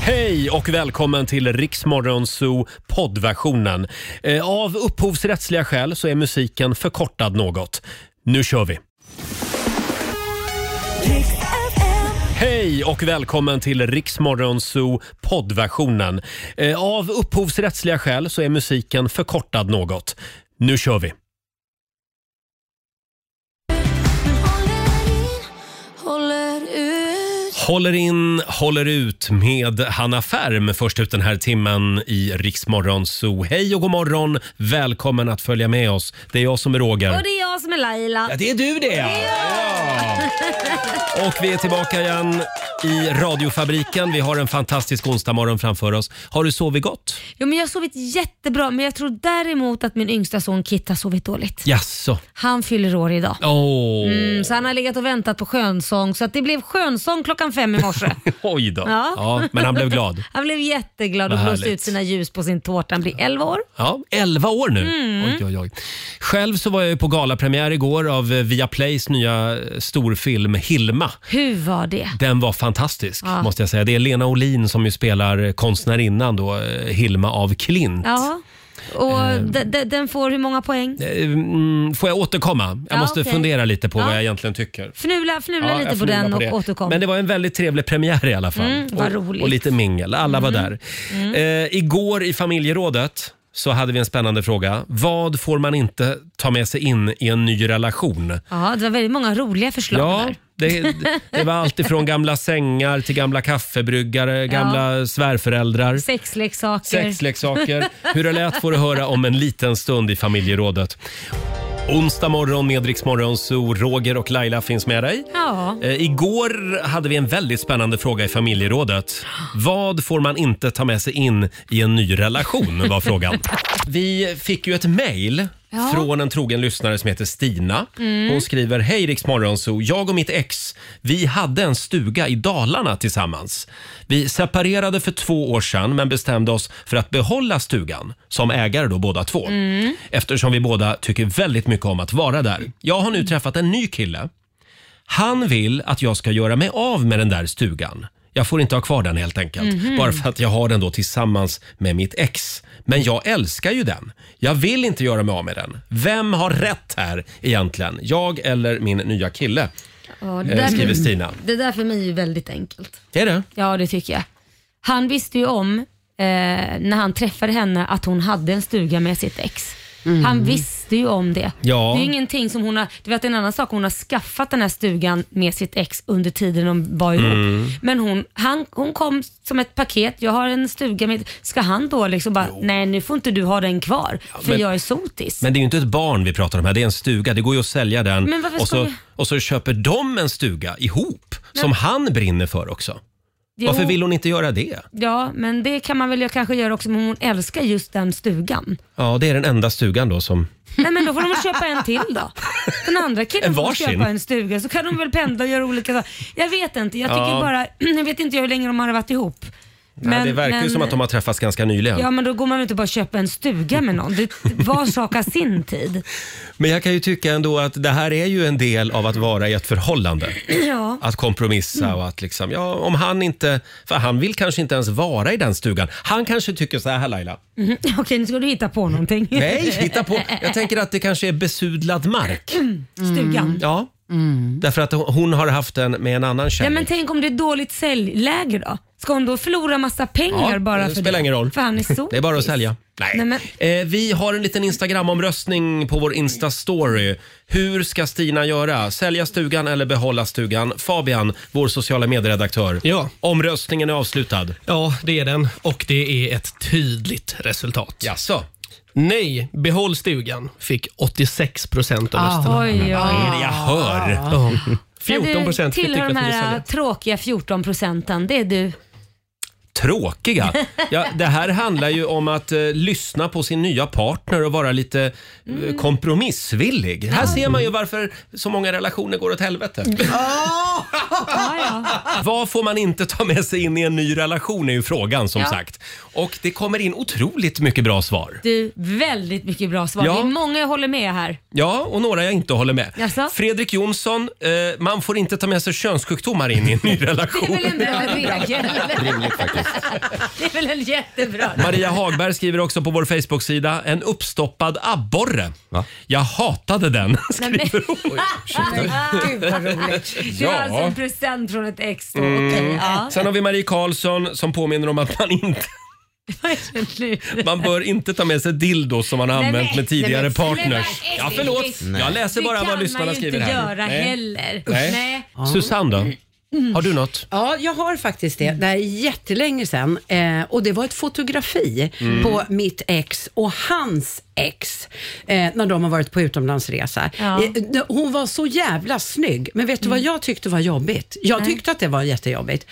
Hej och välkommen till Riksmorgon Zoo poddversionen. Eh, Av upphovsrättsliga skäl så är musiken förkortad något. Nu kör vi! Hej och välkommen till Riksmorgon Zoo poddversionen. Eh, Av upphovsrättsliga skäl så är musiken förkortad något. Nu kör vi! Håller in, håller ut med Hanna Färm först ut den här timmen i Riksmorgon Zoo. Hej och god morgon! Välkommen att följa med oss. Det är jag som är Roger. Och det är jag som är Laila. Ja, det är du det! Ja. Och vi är tillbaka igen i radiofabriken. Vi har en fantastisk onsdagmorgon framför oss. Har du sovit gott? Jo, men jag har sovit jättebra, men jag tror däremot att min yngsta son Kit har sovit dåligt. Jaså? Han fyller år idag. Åh, Mm, så han har legat och väntat på skönsång, så att det blev skönsång klockan fem i morse. oj då. Ja. Ja. men han blev glad. Han blev jätteglad och Vad blåste härligt. ut sina ljus på sin tårta. Han blir 11 år. Ja, 11 år nu. Mm. Oj, oj, oj. Själv så var jag ju på galapremiär igår av eh, Viaplays nya eh, storfilm Hilma. Hur var det? Den var fantastisk Ja. måste jag säga. Det är Lena Olin som ju spelar konstnärinnan då, eh, Hilma av Klint. Ja. Och Ehm. d- d- den får hur många poäng? Eh, mm, Får jag återkomma? Jag Ja, måste okej. fundera lite på Ja. vad jag egentligen tycker. Fnula, fnula Ja, jag lite på funderar den och det. återkom. Men det var en väldigt trevlig premiär i alla fall. Mm, vad och, roligt. Mm. och lite mingel. Alla var där. Eh, igår i familjerådet så hade vi en spännande fråga. Vad får man inte ta med sig in i en ny relation? Ja, det var väldigt många roliga förslag Ja, där. det, det var allt ifrån gamla sängar till gamla kaffebryggare, gamla svärföräldrar. Sexleksaker. Sexleksaker. Hur det lät får du höra om en liten stund i familjerådet. Onsdag morgon med Rix Morgon, så Roger och Laila finns med dig. Ja. Eh, igår hade vi en väldigt spännande fråga i familjerådet. Vad får man inte ta med sig in i en ny relation? var frågan. Vi fick ju ett mejl Ja. Mm. från en trogen lyssnare som heter Stina. Hon skriver, hej Rix Morgonzoo. Jag och mitt ex, vi hade en stuga i Dalarna tillsammans. Vi separerade för två år sedan men bestämde oss för att behålla stugan som ägare då båda två. Mm. Eftersom vi båda tycker väldigt mycket om att vara där. Jag har nu träffat en ny kille. Han vill att jag ska göra mig av med den där stugan. Jag får inte ha kvar den helt enkelt. Mhm. Bara för att jag har den då tillsammans med mitt ex. Men jag älskar ju den. Jag vill inte göra mig av med den. Vem har rätt här egentligen? Jag eller min nya kille? Ja, det, Eh, där skriver för, Stina. det där för mig är ju väldigt enkelt. Är det? Ja, det tycker jag. Han visste ju om, eh, när han träffade henne, att hon hade en stuga med sitt ex. Han visste ju om det. Mhm. Ja. Det är ju ingenting som hon har, det var en annan sak, hon har skaffat den här stugan med sitt ex under tiden de var ihop. Mm. Men hon, han, hon kom som ett paket, jag har en stuga med, ska han då liksom bara, nej nu får inte du ha den kvar, för men- jag är sotis. Men det är ju inte ett barn vi pratar om här. Det är en stuga. Det går ju att sälja den. Men varför och, ska så, vi- och så köper de en stuga ihop som han brinner för också. Jo, Varför vill hon inte göra det? Ja, men det kan man väl ju kanske göra också, men hon älskar just den stugan. Ja, det är den enda stugan då som... Nej men då får de väl köpa en till då. Den andra En killen får varsin. köpa en stuga så kan de väl pendla och göra olika saker. Jag vet inte, jag tycker Ja. bara, jag vet inte hur länge de har varit ihop. Men, Nej, det verkar ju men- som att de har träffats ganska nyligen. Ja men då går man väl inte bara och köper en stuga med någon. Det, var sak har sin tid. Men jag kan ju tycka ändå att det här är ju en del av att vara i ett förhållande. Ja. Mm. Att kompromissa och att liksom, ja om han inte, för han vill kanske inte ens vara i den stugan. Han kanske tycker så här Laila. Mhm. Okej nu ska du hitta på någonting. Nej, hitta på. Jag tänker att det kanske är besudlad mark. Mm. Mm. Stugan. Ja, därför att hon har haft den med en annan Mm. Ja kärlek. men tänk om det är ett dåligt säljläge då? Ska hon då förlora massa pengar Ja, bara det för spelar det? ingen roll. För han är sotis. Det är bara att sälja. Nej, men- Eh, vi har en liten Instagram-omröstning på vår Insta-story. Hur ska Stina göra? Sälja stugan eller behålla stugan? Fabian, vår sociala medieredaktör. Ja. Omröstningen är avslutad. Ja, det är den och det är ett tydligt resultat. Jaså? Nej, behåll stugan fick 86 procent av rösterna. Oj, oj, oj. Jag hör. Ja. Men 14 procent Du fick tillhör tycka de att vi här säljer. tråkiga 14 procenten. Det är du. Tråkiga. Ja, det här handlar ju om att eh, lyssna på sin nya partner och vara lite Mm. eh, kompromissvillig. Här ser man ju varför så många relationer går åt helvete. Ja, ja. Vad får man inte ta med sig in i en ny relation är ju frågan som Ja. sagt. Och det kommer in otroligt mycket bra svar. Du, väldigt mycket bra svar. Ja. Det är många jag håller med här. Ja, och några jag inte håller med. Jaså? Fredrik Jonsson, eh, man får inte ta med sig könssjukdomar in i en ny Det är relation. väl en bra regel? Rimligt faktiskt. Det är väl en jättebra Maria Hagberg skriver också på vår Facebook-sida en uppstoppad abborre. Va? Jag hatade den. Nej, men, Gud vad roligt. det var alltså en present från ett ex då. Mm. Okej, ja. Sen har vi Marie Karlsson som påminner om att man inte Vad är Mm. det nu? Man bör inte ta med sig dildos som man har Nej, men- använt med tidigare nej, men- partners. nej, men- Ja, förlåt. Jag läser bara vad lyssnarna skriver Det kan man här. ju inte Nej. göra heller. Nej. Nej. Mm. Susanne då? Har du något? Ja, jag har faktiskt det. Det här är jättelänge sedan. Eh, och det var ett fotografi på mitt ex och hans ex eh, när de har varit på utomlandsresa. Ja. Eh, d- hon var så jävla snygg, men vet du vad jag tyckte var jobbigt? Jag tyckte att det var jättejobbigt.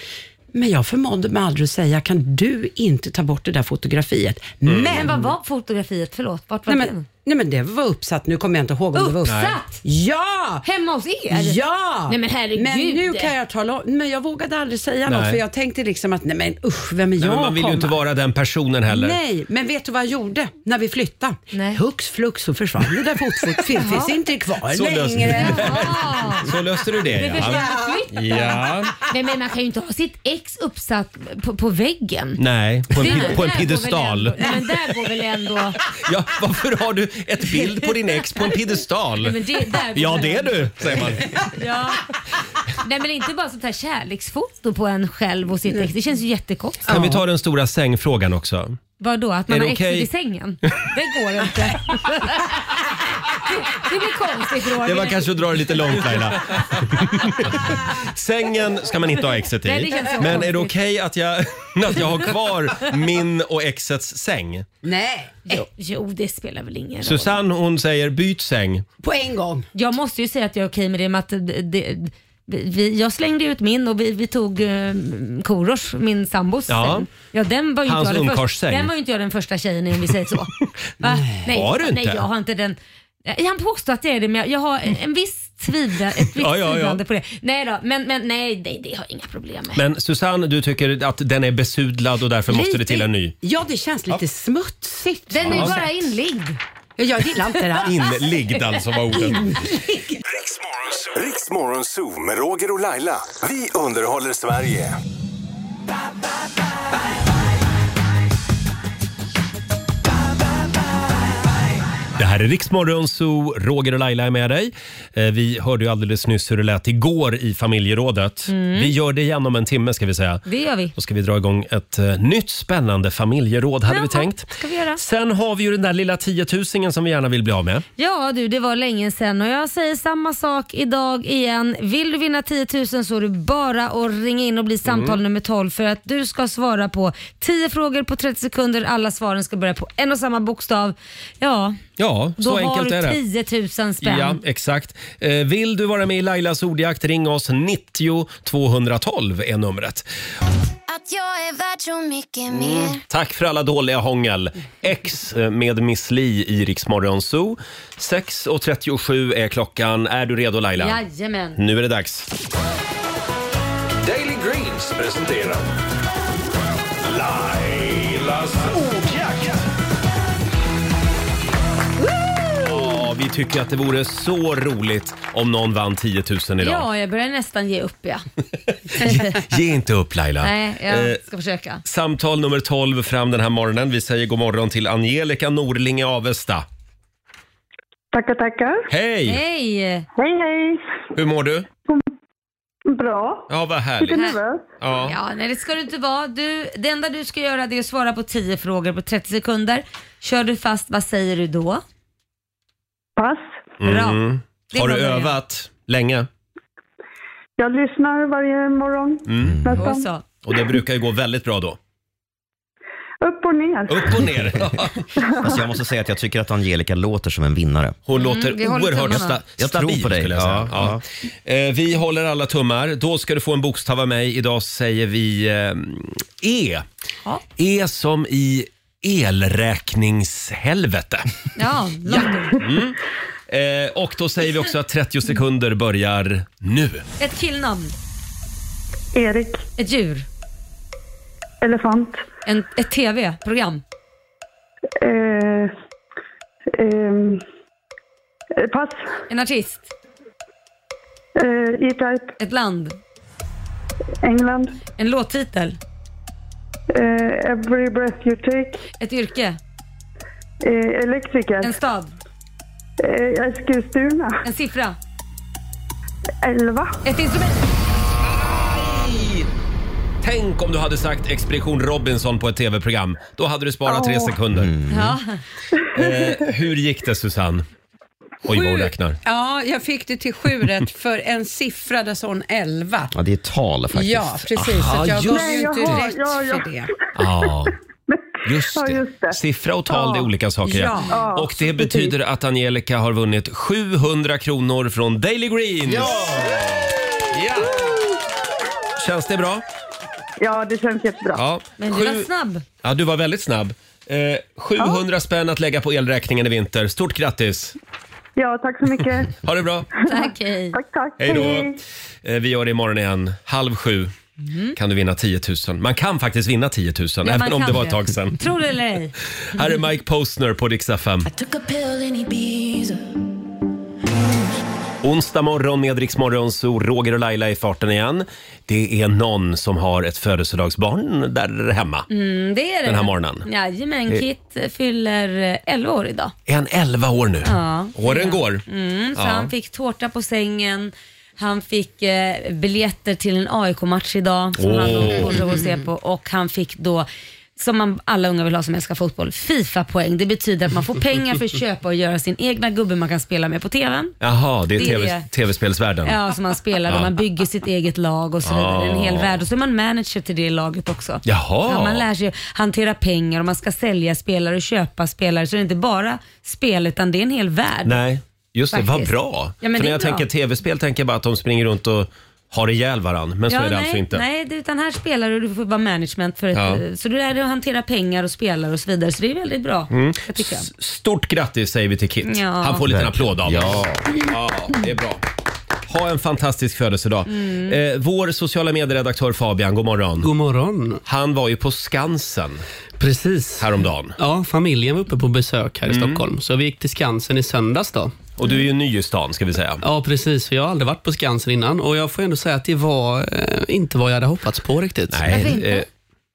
Men jag förmådde mig aldrig att säga, kan du inte ta bort det där fotografiet? Men, Men vad var fotografiet? Förlåt, vart var nej, men, den? nej, men Mm. det var uppsatt, nu kommer jag inte ihåg om det var uppsatt. Uppsatt? Ja! Hemma hos er? Alltså, Ja! Nej, men herregud. nu kan jag tala om, men jag vågade aldrig säga något Nej. för jag tänkte liksom att nej men usch, vem är Nej, jag men man vill ju komma? inte vara den personen heller. Nej, men vet du vad jag gjorde när vi flyttade? Nej. Hux flux så försvann det där fotfotot. finns inte kvar Så löser vi längre. Ja. Så löste du det Det ja. försvann flytt. ja. Nej men man kan ju inte ha sitt ex uppsatt på, på väggen. Nej, på Det- en, på en där går väl piedestal. ändå- Nej men där går väl ändå... Ja, varför har du ett bild på din ex på en Nej, piedestal? men det, där går Ja, väl det är ändå- du, säger man. Ja. Nej men inte bara sånt här kärleksfoto på en själv och sitt ex. Det känns ju jättekonstigt. Kan vi ta den stora sängfrågan också? Vadå, att man Är det har exet okej? i sängen? Det går inte. Det, det blir konstigt Roger. Det var kanske att dra det lite långt Laila. Sängen ska man inte ha exet Nej, det i. känns så Men är det konstigt. okej att, jag, att jag har kvar min och exets säng? Nej, Eh, Jo, det spelar väl ingen roll. Susanne hon säger byt säng. på en gång. Jag måste ju säga att jag är okej med det med att det, det, vi, jag slängde ut min och vi, vi tog eh, Korosh, min sambos Ja. säng. Ja, den var ju Hans inte jag den, första, ungkarlssäng. den var ju inte jag den första tjejen i om vi säger så. Va? Nej, Har du Nej, inte? jag har inte den. Eh, Han påstår att jag är det men jag, jag har en, en viss tvivla, ett visst Ja, ja, ja. tvivlande på det. Nej då, men, men nej, nej, det har jag inga problem med. Men Susanne du tycker att den är besudlad och därför måste det till en ny. Ja, det känns lite smutsigt. den är Ja. bara inligg. Ja, Jag gillar inte det här. Inliggd alltså var ordet. Riksmorgon Zoo med Roger och Laila. Vi underhåller Sverige. Det här är Riksmorgon Zoo, Roger och Laila är med dig. Eh, Vi hörde ju alldeles nyss hur det lät igår i familjerådet. Vi gör det igen om en timme ska vi säga. Mm. Det gör vi. Då ska vi dra igång ett eh, nytt spännande familjeråd hade Jaha, vi tänkt. ska vi göra. Sen har vi ju den där lilla tiotusingen som vi gärna vill bli av med. Ja du, det var länge sedan och jag säger samma sak idag igen. Vill du vinna 10 000 så är det bara att ringa in och bli samtal Mm. nummer 12 för att du ska svara på 10 frågor på 30 sekunder. Alla svaren ska börja på en och samma bokstav. Ja, Ja, då så har enkelt är det. du 10 000 spänn. Ja, exakt. Eh, Vill du vara med i Lailas ordjakt, ring oss. 90 212 är numret. Att jag är värd så mycket mer Tack för alla dåliga hångel. X eh, med Miss Li i Rix Morgon Zoo. 6.37 är klockan. Är du redo Laila? Jajamän. Nu är det dags. Daily Greens presenterar Lailas ordjakt. Ja, vi tycker att det vore så roligt om någon vann 10 000 idag. Ja, jag börjar nästan ge upp ja. Ge inte upp Laila. Nej, Eh, jag ska försöka. Samtal nummer 12 fram den här morgonen. Vi säger god morgon till Angelica Norling i Avesta. Tackar, tackar. Hej! Hej! Hej, hej. Hur mår du? Bra. Ja, vad Lite härligt. nervös. Ja. Ja, nej det ska du inte vara. Du, det enda du ska göra det är att svara på 10 frågor på 30 sekunder. Kör du fast, vad säger du då? Pass. Bra. Mm. Det är Har du bra början. övat länge? Jag lyssnar varje morgon. Mm. Och Nästan. så. Och det brukar ju gå väldigt bra då. Upp och ner. Upp och ner. Mm, Alltså jag måste säga att jag tycker att Angelica låter som en vinnare. Hon låter vi håller oerhört tummarna. sta- Jag tror stabil på dig. skulle jag säga. Ja, Eh, Vi håller alla tummar. Då ska du få en bokstav av mig. Idag säger vi eh, E. Ja. E som i elräkningshelvete. Ja, långt. Eh, och då säger vi också att 30 sekunder börjar nu. Ett killnamn. Erik. Ett djur. Elefant. En, ett tv-program. Eh, ehm, eh, pass. En artist. Eh, E-Type. Ett land. England. En låttitel. Eh, every breath you take. Ett yrke. Eh, elektriker. En stad. Eh, Eskilstuna. En siffra. Elva. Ett instrument. Tänk om du hade sagt Expedition Robinson på ett tv-program. Då hade du sparat tre sekunder. Ja. Eh, hur gick det Susanne? Oj, vad hon räknar. Ja, jag fick det till sju rätt för en siffra, där sån 11. Ja, det är tal faktiskt. Ja, precis. Aha, så att jag gav just ju inte det. rätt Ja, ja. för det. Ja, just Ja, just det. det. Siffra och tal det är olika saker. Ja. Ja. Och det betyder att Angelica har vunnit 700 kronor från Daily Green. Ja! Känns det bra? Ja, det känns jättebra. Ja. Men du var Sju- snabb. Ja, du var väldigt snabb. Eh, 700 spänn att lägga på elräkningen i vinter. Stort grattis! Ja, tack så mycket. Ha det bra! Tack, hej. tack, tack. Hej då! Eh, vi gör det imorgon igen. Halv sju kan du vinna 10 000. Man kan faktiskt vinna 10 000, man även om kan det var det. ett tag sedan. Tror det eller ej. Här är Mike Postner på Dix FM. Took a pill in Ibiza. Onsdag morgon med Rix Morgon, så Roger och Laila i farten igen. Det är någon som har ett födelsedagsbarn där hemma. Mm, det är det. Den här morgonen. Jajamän, Kit fyller eh, 11 år idag. Är han 11 år nu? Ja. Åren går. Mm, så Ja. han fick tårta på sängen. Han fick eh, biljetter till en AIK-match idag som han Åh. kommer att gå och se på och han fick då som man, alla unga vill ha som älskar fotboll, Fifa-poäng. Det betyder att man får pengar för att köpa och göra sin egna gubbe man kan spela med på TVn. Jaha, det är Det är TV, det. tv-spelsvärlden. Ja, som man spelar och man bygger sitt eget lag och så vidare. En hel värld. Och så är man manager till det laget också. Jaha. Ja, man lär sig hantera pengar och man ska sälja spelare och köpa spelare. Så det är inte bara spel utan det är en hel värld. Nej, just det. Vad Faktiskt. bra. Ja, men För det när är jag bra. tänker tv-spel tänker jag bara att de springer runt och har ihjäl varann. Men så är det nej, alltså inte. Nej, det- utan här spelar du och du får vara management för ett, Ja. Så du lär dig att hantera pengar och spelare och så vidare. Så det är väldigt bra. Mm. Jag tycker jag. Stort grattis säger vi till Kit. Ja. Han får en liten applåd av oss. Ja. Ja, det är bra. Ha en fantastisk födelsedag. Mm. Eh, vår sociala medieredaktör Fabian, god morgon. God morgon. Han var ju på Skansen Precis. häromdagen. Ja, familjen var uppe på besök här i Mm. Stockholm, så vi gick till Skansen i söndags då. Och du är ju ny i stan ska vi säga. Ja, precis. för Jag har aldrig varit på Skansen innan och jag får ändå säga att det var eh, inte vad jag hade hoppats på riktigt. Varför inte? eh,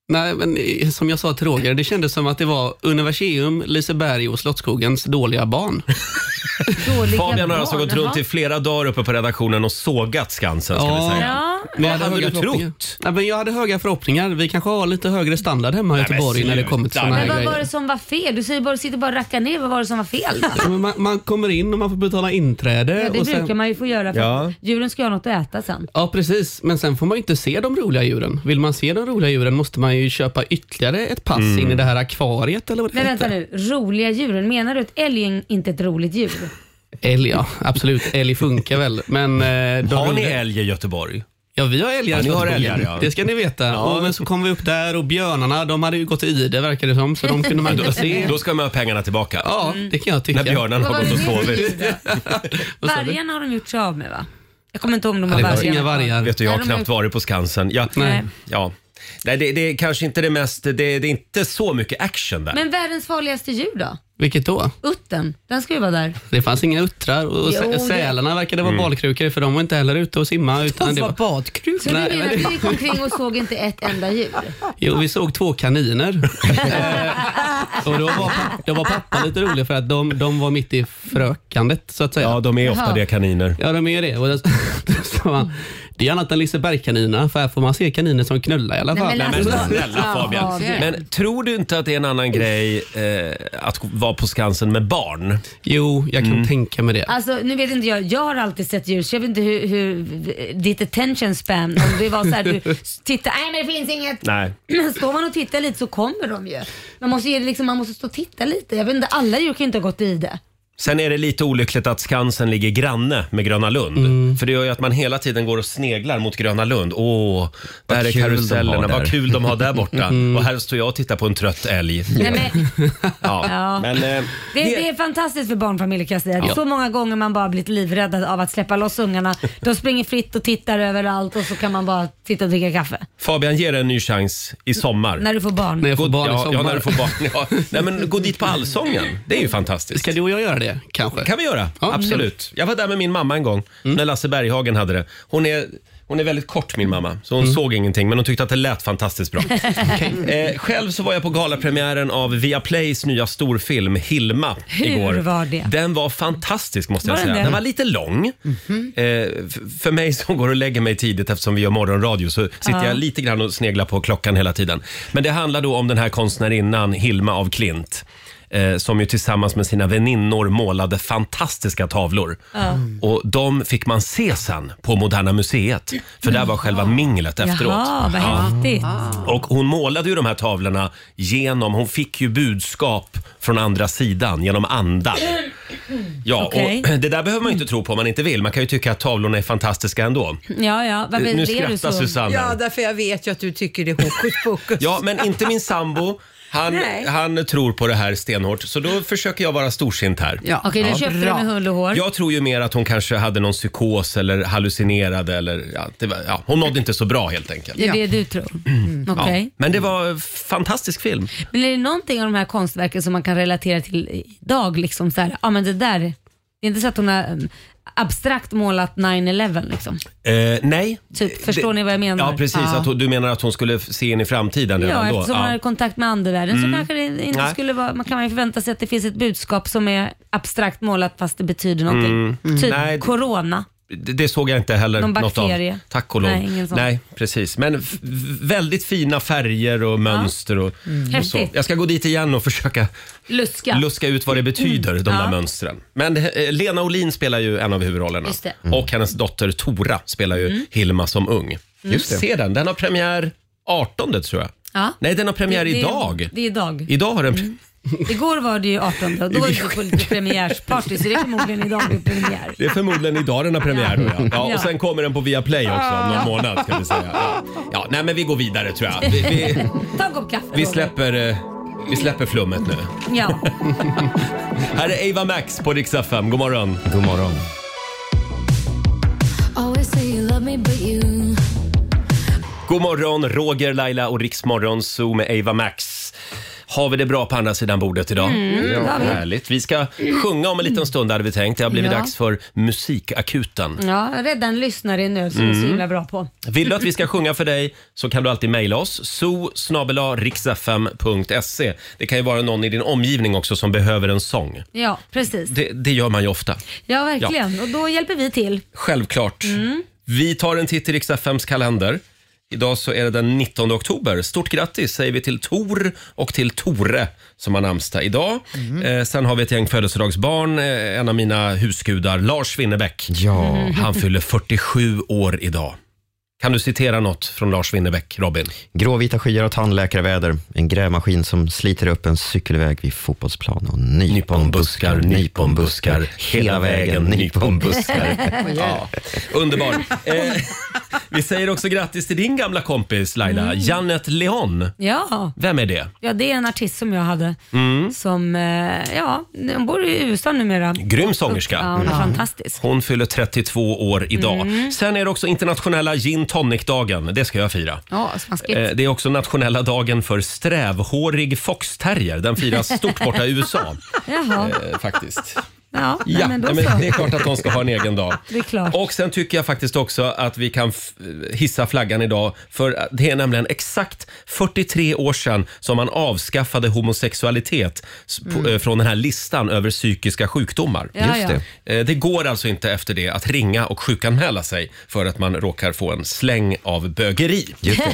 Nej, men eh, som jag sa till Roger, det kändes som att det var Universium, Liseberg och Slottskogens dåliga barn. Dåliga Fabian har alltså barn, gått runt jaha. i flera dagar uppe på redaktionen och sågat Skansen ska vi Ja. säga. Ja, Jag hade höga du förhoppningar. trott? Nej, men jag hade höga förhoppningar. Vi kanske har lite högre standard hemma i men Göteborg när det sluta kommer till sådana här men vad grejer. var det som var fel? Du säger bara, sitter bara och rackar ner. Vad var det som var fel? Ja, men man, man kommer in och man får betala inträde. Ja, det och sen, brukar man ju få göra för Ja. att djuren ska ha något att äta sen. Ja, precis. Men sen får man ju inte se de roliga djuren. Vill man se de roliga djuren måste man ju köpa ytterligare ett pass Mm. in i det här akvariet eller vad det Men vänta heter. nu, roliga djuren. Menar du att älg är inte ett roligt djur? Älg, ja. Absolut. Älg funkar väl. Men, eh, de Har ni roliga- älg i Göteborg? Ja, vi har älgar. Ja, i ni har Stockholm. älgar, ja. Det ska ni veta. Och, men så kom vi upp där och björnarna, de hade ju gått i det verkar det som. Så de kunde man inte se. Då ska man ha pengarna tillbaka. Ja, det kan jag tycka. När björnen Vad har var gått och det mer? sovit. Vad sa du? Vargarna har de gjort sig av med va? Jag kommer inte ihåg om de Ja, har det vargar. var inga vargar. Vet du, jag har Nej, de är- knappt varit på Skansen. Ja. Nej. Ja. Nej, det, det är kanske inte det mest... Det, det är inte så mycket action där. Men världens farligaste djur då? Vilket då? Uttern, den ska ju vara där. Det fanns inga uttrar och Jo, det- sä- sälarna verkade Mm. vara balkrukor för de var inte heller ute och simma. Utan det Det var var... badkrukor. Så Nej, du menar men det- att du gick omkring och såg inte ett enda djur? Jo, vi såg två kaniner. Eh, och då var, pappa, då var pappa lite rolig för att de, de var mitt i frökandet så att säga. Ja, Ja, de är ofta Jaha. det, kaniner. de är ju det. Och då, då sa han, det är annat än Lisebergkaninerna för här får man se kaniner som knullar i alla fall. Nej, men Alltså, snälla ja, Fabian. Fabian. Men tror du inte att det är en annan grej eh, att vara på Skansen med barn? Jo, jag kan Mm. tänka mig det. Alltså nu vet inte jag, jag har alltid sett djur så jag vet inte hur, hur ditt attention span, om det var så här du tittar, nej men det finns inget. Nej. Men står man och tittar lite så kommer de ju. Man måste, ge det liksom, man måste stå och titta lite. Jag vet inte, alla djur kan ju inte ha gått i det. Sen är det lite olyckligt att Skansen ligger granne med Gröna Lund. Mm. För det gör ju att man hela tiden går och sneglar mot Gröna Lund. Åh, där är kul de har karusellerna, vad där. kul de har där borta. Mm. Och här står jag och tittar på en trött älg. Nej, men, Ja. Ja. Men, eh, det, det är fantastiskt för barnfamiljer kan jag säga. Så många gånger man bara blivit livrädd av att släppa loss ungarna. De springer fritt och tittar överallt och så kan man bara sitta och dricka kaffe. Fabian, ger en ny chans i sommar. När du får barn. När jag får Gå- barn i ja, sommar. ja, när du får barn. Ja. Nej, men gå dit på Allsången. Det är ju fantastiskt. Ska du och jag göra det kanske? kan vi göra. Ja. Mm. Absolut. Jag var där med min mamma en gång när Lasse Berghagen hade det. Hon är, hon är väldigt kort min mamma, så hon Mm. såg ingenting men hon tyckte att det lät fantastiskt bra. eh, själv så var jag på galapremiären av Viaplays nya storfilm Hilma Hur igår. var det? Den var fantastisk måste jag Var den säga. det? Mhm. Den var lite lång. eh, f- för mig som går och lägger mig tidigt eftersom vi gör morgonradio så sitter jag lite grann och sneglar på klockan hela tiden. Men det handlar då om den här konstnärinnan Hilma av Klint. Eh, som ju tillsammans med sina väninnor målade fantastiska tavlor. Mm. Och de fick man se sen på Moderna Museet. För där var själva minglet efteråt. Jaha, vad häftigt. Och hon målade ju de här tavlorna genom, hon fick ju budskap från andra sidan, genom andar. Ja, Okej. och det där behöver man ju inte tro på om man inte vill. Man kan ju tycka att tavlorna är fantastiska ändå. Ja, ja. Varför Eh, nu ler du skrattar så? Susanne. Ja, Ja, därför jag vet ju att du tycker det är hokus pokus. ja, men inte min sambo. Han, Nej. han tror på det här stenhårt, så då försöker jag vara storsint här. Ja. Okej, nu köpte du Bra. med hull och hår. Jag tror ju mer att hon kanske hade någon psykos eller hallucinerade eller ja, det var, ja, hon mådde inte så bra helt enkelt. Det är det du tror? Okej. Ja. Men det var en fantastisk film. Men är det någonting av de här konstverken som man kan relatera till idag? Liksom så här, ja men det där, det är inte så att hon har mm, abstrakt målat 9-11 liksom. Eh, nej. Typ, förstår ni vad jag menar? Ja, precis. Att hon, du menar att hon skulle f- se in i framtiden Ja, redan då? eftersom man Ja. Mm. har kontakt med andevärlden så kanske det inte Nej. skulle vara, man kan ju förvänta sig att det finns ett budskap som är abstrakt målat fast det betyder någonting. Typ Mm. Nej, det- corona. Det det såg jag inte heller Någon något av. bakterie? Tack och lov. Nej, ingen sån. Nej, precis. Men f- v- väldigt fina färger och mönster och, och så. Mm. Häftigt. Jag ska gå dit igen och försöka Luska. luska ut vad det betyder, de Ja. där mönstren. Men eh, Lena Olin spelar ju en av huvudrollerna. Just det. Mm. Och hennes dotter Tora spelar ju Hilma som ung. Just Se den, den har premiär 18 tror jag. Ja. Nej, den har premiär det, idag. Det Mm. är idag. Idag har den pre- Igår var det ju 18 och då var det på lite premiärsparty så det är förmodligen idag det är premiär. Det är förmodligen idag den har premiär. Då, ja. Ja, Ja. och sen kommer den på Viaplay också om någon månad. Ska vi säga. Ja. Ja, nej, men vi går vidare tror jag. Vi, vi, Ta en kopp kaffe vi, Roger. släpper, eh, vi släpper flummet nu. Ja. Här är Ava Max på Rix FM. God morgon. God morgon. Always say you love me, but you God morgon, Roger, Laila och Rix Morgon Zoo med Ava Max. Har vi det bra på andra sidan bordet idag? Mm, ja, härligt. Vi ska sjunga om en liten stund hade vi tänkt. Det har blivit Ja. dags för Musikakuten. ja, rädda en lyssnare i nöd som vi är så Mm. himla bra på. Vill du att vi ska sjunga för dig så kan du alltid mejla oss. so Det kan ju vara någon i din omgivning också som behöver en sång. Ja, precis. Det, det gör man ju ofta. Ja, verkligen. Och då hjälper vi till. Självklart. Vi tar en titt i Rix FMs kalender. Idag så är det den 19 oktober. Stort grattis säger vi till Tor och till Tore som har namnsdag idag. Eh, sen har vi ett gäng födelsedagsbarn. Eh, en av mina husgudar, Lars Winnerbäck. Ja. Han fyller 47 år idag. Kan du citera något från Lars Winnerbäck, Robin? Gråvita skyar och tandläkarväder. En grävmaskin som sliter upp en cykelväg vid fotbollsplan. Och nyponbuskar, nyponbuskar, hela vägen nyponbuskar. Ja, underbar. Eh, vi säger också grattis till din gamla kompis Laila, Janet Leon. Ja. Vem är det? ja, det är en artist som jag hade. Mm. Som, eh, ja, hon bor i USA numera. Grym sångerska. Ja, hon är fantastisk. Hon fyller 32 år idag. Sen är det också internationella gin tonic-dagen. Det ska jag fira. Ja, smaskigt. Eh, Det är också nationella dagen för strävhårig foxterrier. Den firas stort borta i USA. Jaha. eh, Faktiskt. Ja, Ja, men då nej, så. men det är klart att de ska ha en egen dag. Det är klart. Och sen tycker jag faktiskt också att vi kan f- hissa flaggan idag. För det är nämligen exakt 43 år sedan som man avskaffade homosexualitet s- på, eh, från den här listan över psykiska sjukdomar. Mm. Ja, Just ja. Eh, Det går alltså inte efter det att ringa och sjukanmäla sig för att man råkar få en släng av bögeri. Just det.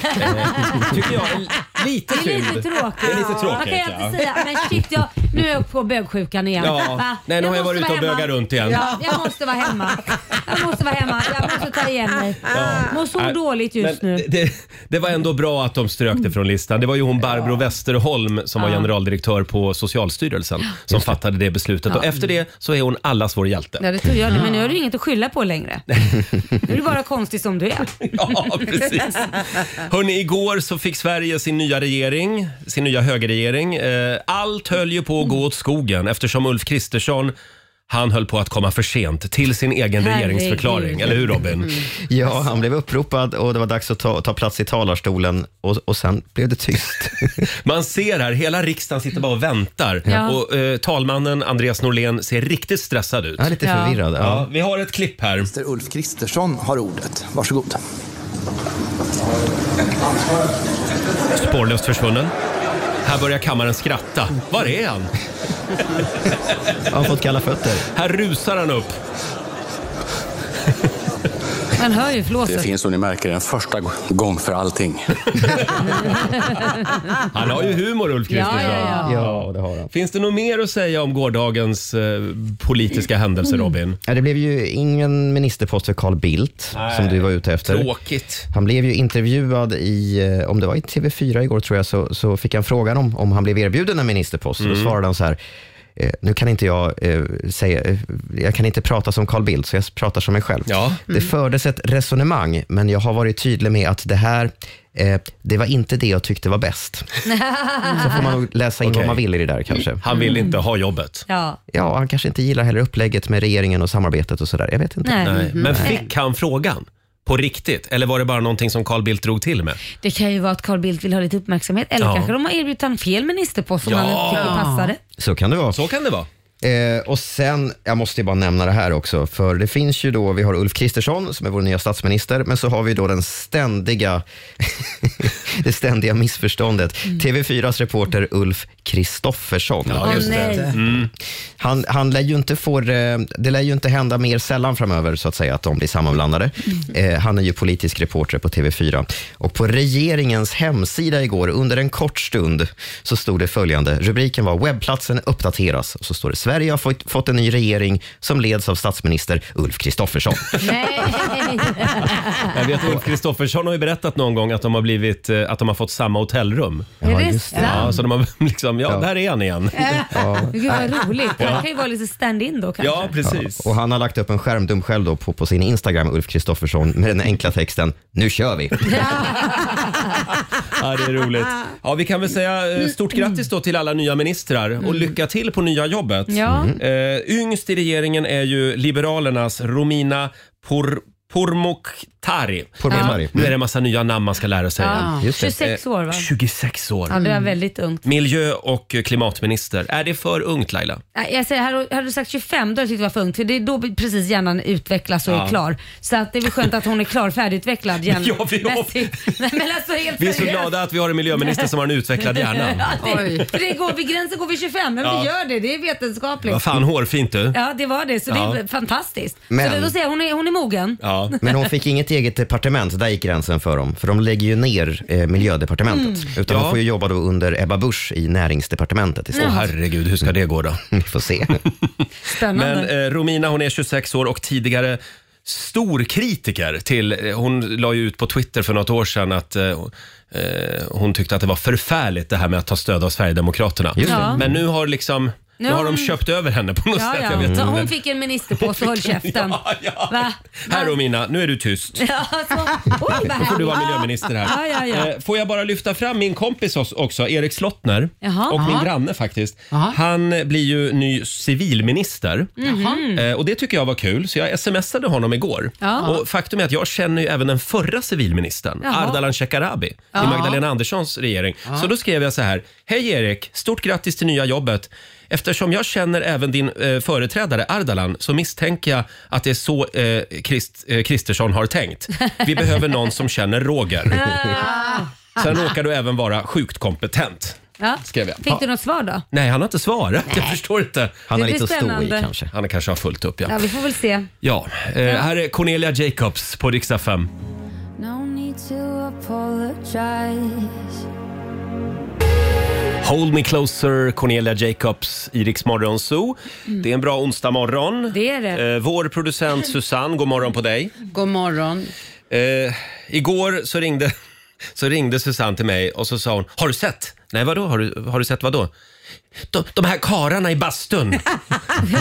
tycker jag är lite Det är synd. lite tråkigt. Det är lite tråkigt, Man kan ju alltid ja. säga, men shit, jag, nu är jag på bögsjukan igen. Ja. Va? Nej, nu har jag varit måste vara ute och hemma. bögat runt igen. Ja, jag måste vara hemma. Jag måste vara hemma. Jag måste ta igen mig. Mår så Nej, dåligt just men nu. Mm. det- Det, det var ändå bra att de strök det från listan. Det var ju hon Barbro Westerholm som var Ja. generaldirektör på Socialstyrelsen som fattade det beslutet. Och efter det så är hon allas vår hjälte. Ja, det tror jag det. Men nu har du inget att skylla på längre. Nu är du bara konstig som du är. Ja, precis. Hörrni, igår så fick Sverige sin nya regering, sin nya högerregering. Eh, Allt höll ju på att Mm. gå åt skogen eftersom Ulf Kristersson han höll på att komma för sent till sin egen Herregud. Mm. regeringsförklaring. Eller hur Robin? Ja, han blev uppropad och det var dags att ta, ta plats i talarstolen och, och sen blev det tyst. Man ser här, hela riksdagen sitter bara och väntar. Ja. Och eh, talmannen Andreas Norlén ser riktigt stressad ut. Jag är lite Ja. förvirrad. Ja. Ja, vi har ett klipp här. Ulf Kristersson har ordet. Varsågod. Spårlöst försvunnen. Här börjar kammaren skratta. Var är han? Jag har fått kalla fötter. Här rusar han upp. Man hör ju flåset. finns som ni märker en första gång för allting. Han har ju humor, Ulf Kristersson. Ja, ja, Ja, det har han. Finns det något mer att säga om gårdagens eh, politiska händelser, Mm. Robin? Ja, det blev ju ingen ministerpost för Carl Bildt, som du var ute efter. Tråkigt. Han blev ju intervjuad i, eh, om det var i TV4 igår tror jag, så, så fick han frågan om, om han blev erbjuden en ministerpost. Då svarade han så här, eh, nu kan inte jag eh, säga, eh, jag kan inte prata som Carl Bildt, så jag pratar som mig själv. Ja. Det fördes ett resonemang, men jag har varit tydlig med att det här, eh, det var inte det jag tyckte var bäst. så får man nog läsa in Okej. vad man vill i det där kanske. Han vill inte ha jobbet. Ja. Ja, han kanske inte gillar heller upplägget med regeringen och samarbetet och sådär. Jag vet inte. Nej. Nej. Men fick han frågan? På riktigt? Eller var det bara någonting som Carl Bildt drog till med? Det kan ju vara att Carl Bildt vill ha lite uppmärksamhet. Eller Ja. kanske de har erbjudit han fel ministerpost som Ja. han tyckte passade. Så kan det vara. Så kan det vara. Eh, och sen, jag måste ju bara nämna det här också, för det finns ju då, vi har Ulf Kristersson som är vår nya statsminister, men så har vi då den ständiga, det ständiga missförståndet. TV4s reporter Ulf Kristoffersson. Åh nej. Mm. Han, han lär ju inte få, eh, det lär ju inte hända mer sällan framöver, så att säga, att de blir sammanblandade. Eh, han är ju politisk reporter på TV4. Och på regeringens hemsida igår, under en kort stund, så stod det följande. Rubriken var “Webbplatsen uppdateras” och så står det “Sverige har fått, fått en ny regering som leds av statsminister Ulf Kristersson”. nej. Jag vet Ulf Kristoffersson har ju berättat någon gång att de har, blivit, eh, att de har fått samma hotellrum. Är det just det. sant? Ja, så de har liksom, ja, där är han igen. Gud vad roligt. Han kan ju vara lite stand-in då kanske. Ja, precis. Och han har lagt upp en skärmdump själv då på, på sin Instagram, Ulf Kristersson, med den enkla texten “Nu kör vi”. Ja, det är roligt. Ja, vi kan väl säga eh, stort grattis då till alla nya ministrar och lycka till på nya jobbet. Ja. Eh, yngst i regeringen är ju Liberalernas Romina Por Pourmokhtari. Pourmokhtari. Nu är det en massa nya namn man ska lära sig. Ja. Just det. 26 år va? 26 år. Ja, det var väldigt ungt. Miljö och klimatminister. Är det för ungt Laila? Nej, Jag säger, hade hade du sagt 25 då hade jag tyckt det var för ungt, för det är då precis hjärnan utvecklas och är klar. Så att det är väl skönt att hon är klar, färdigutvecklad Ja, vi har- hjärnmässigt. Nej, men alltså helt Vi är så seriöst. glada att vi har en miljöminister som har en utvecklad hjärna. Ja, det- För det går, vid gränsen går vi 25, men vi gör det. Det är vetenskapligt. Vad fan hårfint du. Ja, det var det. Så det Ja. är fantastiskt. Men- Så då säger jag, hon är, hon är mogen. Ja. Men hon fick inget eget departement, där gick gränsen för dem. För de lägger ju ner eh, miljödepartementet. Utan Ja. hon får ju jobba då under Ebba Busch i näringsdepartementet Åh, istället. herregud, hur ska det gå då? Vi får se. Spännande. Men eh, Romina hon är 26 år och tidigare stor kritiker till, eh, hon la ju ut på Twitter för något år sedan att eh, eh, hon tyckte att det var förfärligt det här med att ta stöd av Sverigedemokraterna. Just det. Ja. Men nu har liksom nu Ja, har de hon- köpt över henne på något ja, sätt. ja. Jag vet Så inte. hon fick en ministerpost och höll käften. Ja, ja. Va? Här Va? Romina, nu är du tyst. Ja, så, oj, vad Då får du vara härligt. miljöminister här. Ja, ja, ja. Eh, Får jag bara lyfta fram min kompis os- också, Erik Slottner. Jaha. och min Ja. granne faktiskt. Ja. Han blir ju ny civilminister. Mm. Eh, Och det tycker jag var kul, så jag smsade honom igår. Ja. Och faktum är att jag känner ju även den förra civilministern, Jaha. Ardalan Shekarabi, i Magdalena Anderssons regering. Så då skrev jag så här. Hej Erik, stort grattis till nya jobbet. Eftersom jag känner även din eh, företrädare Ardalan så misstänker jag att det är så eh, Krist, eh, Kristersson har tänkt. Vi behöver någon som känner Roger. Ah. Sen råkar du även vara sjukt kompetent. Ja. Skrev jag. Fick du något svar då? Nej, han har inte svarat. Jag förstår inte. Han har Det blir lite att stå i spännande. kanske. Han kanske har fullt upp, Ja, ja. vi får väl se. Ja, eh, här är Cornelia Jacobs på Rix FM. No need to apologize. Hold me closer, Cornelia Jacobs, i Rix Morgon Zoo. Det är en bra onsdag morgon. Mm. Det är det. Eh, vår producent Susanne, god morgon på dig. God morgon. Eh, igår så ringde, så ringde Susanne till mig och så sa hon, har du sett? Nej, vadå? Har du, har du sett vadå? De, de här kararna i bastun.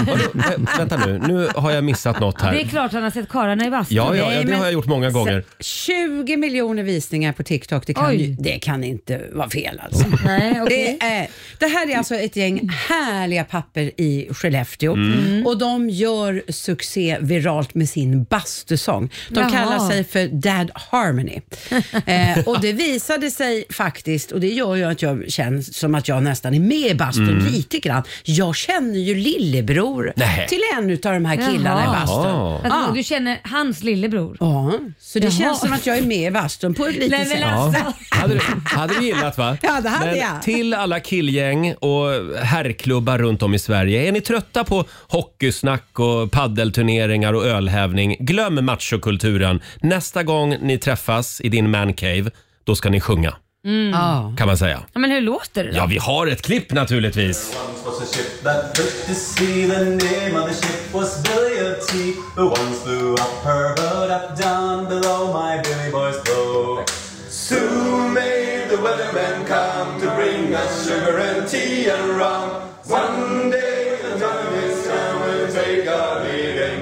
vadå? Vä- vänta nu, nu har jag missat något här. Det är klart han har sett karlarna i bastun. Ja, ja, Nej, ja det men- har jag gjort många gånger. 20 miljoner visningar på TikTok, det kan, Oj. ju, det kan inte vara fel alltså. Nej, okej. Det, är, det här är alltså ett gäng härliga papper i Skellefteå Mm. och de gör succé viralt med sin bastusång. De Jaha. kallar sig för Dad Harmony. eh, och det visade sig faktiskt, och det gör ju att jag känner som att jag nästan är med i bastun Mm. lite grann. Jag känner ju lillebror Nej. till en av de här killarna Jaha. i bastun. Jaha. Alltså, Du känner hans lillebror. Ja, så det Jaha. känns som att jag är med i bastun på ett litet Nej, sätt. men alltså. Hade du, hade du gillat va? Ja, det hade Men jag. Till alla killgäng och herrklubbar runt om i Sverige. Är ni trötta på hockeysnack och paddelturneringar och ölhävning? Glöm machokulturen. Nästa gång ni träffas i din mancave, då ska ni sjunga Ja. kan man säga. Ja, men hur låter det då? Ja, vi har ett klipp naturligtvis.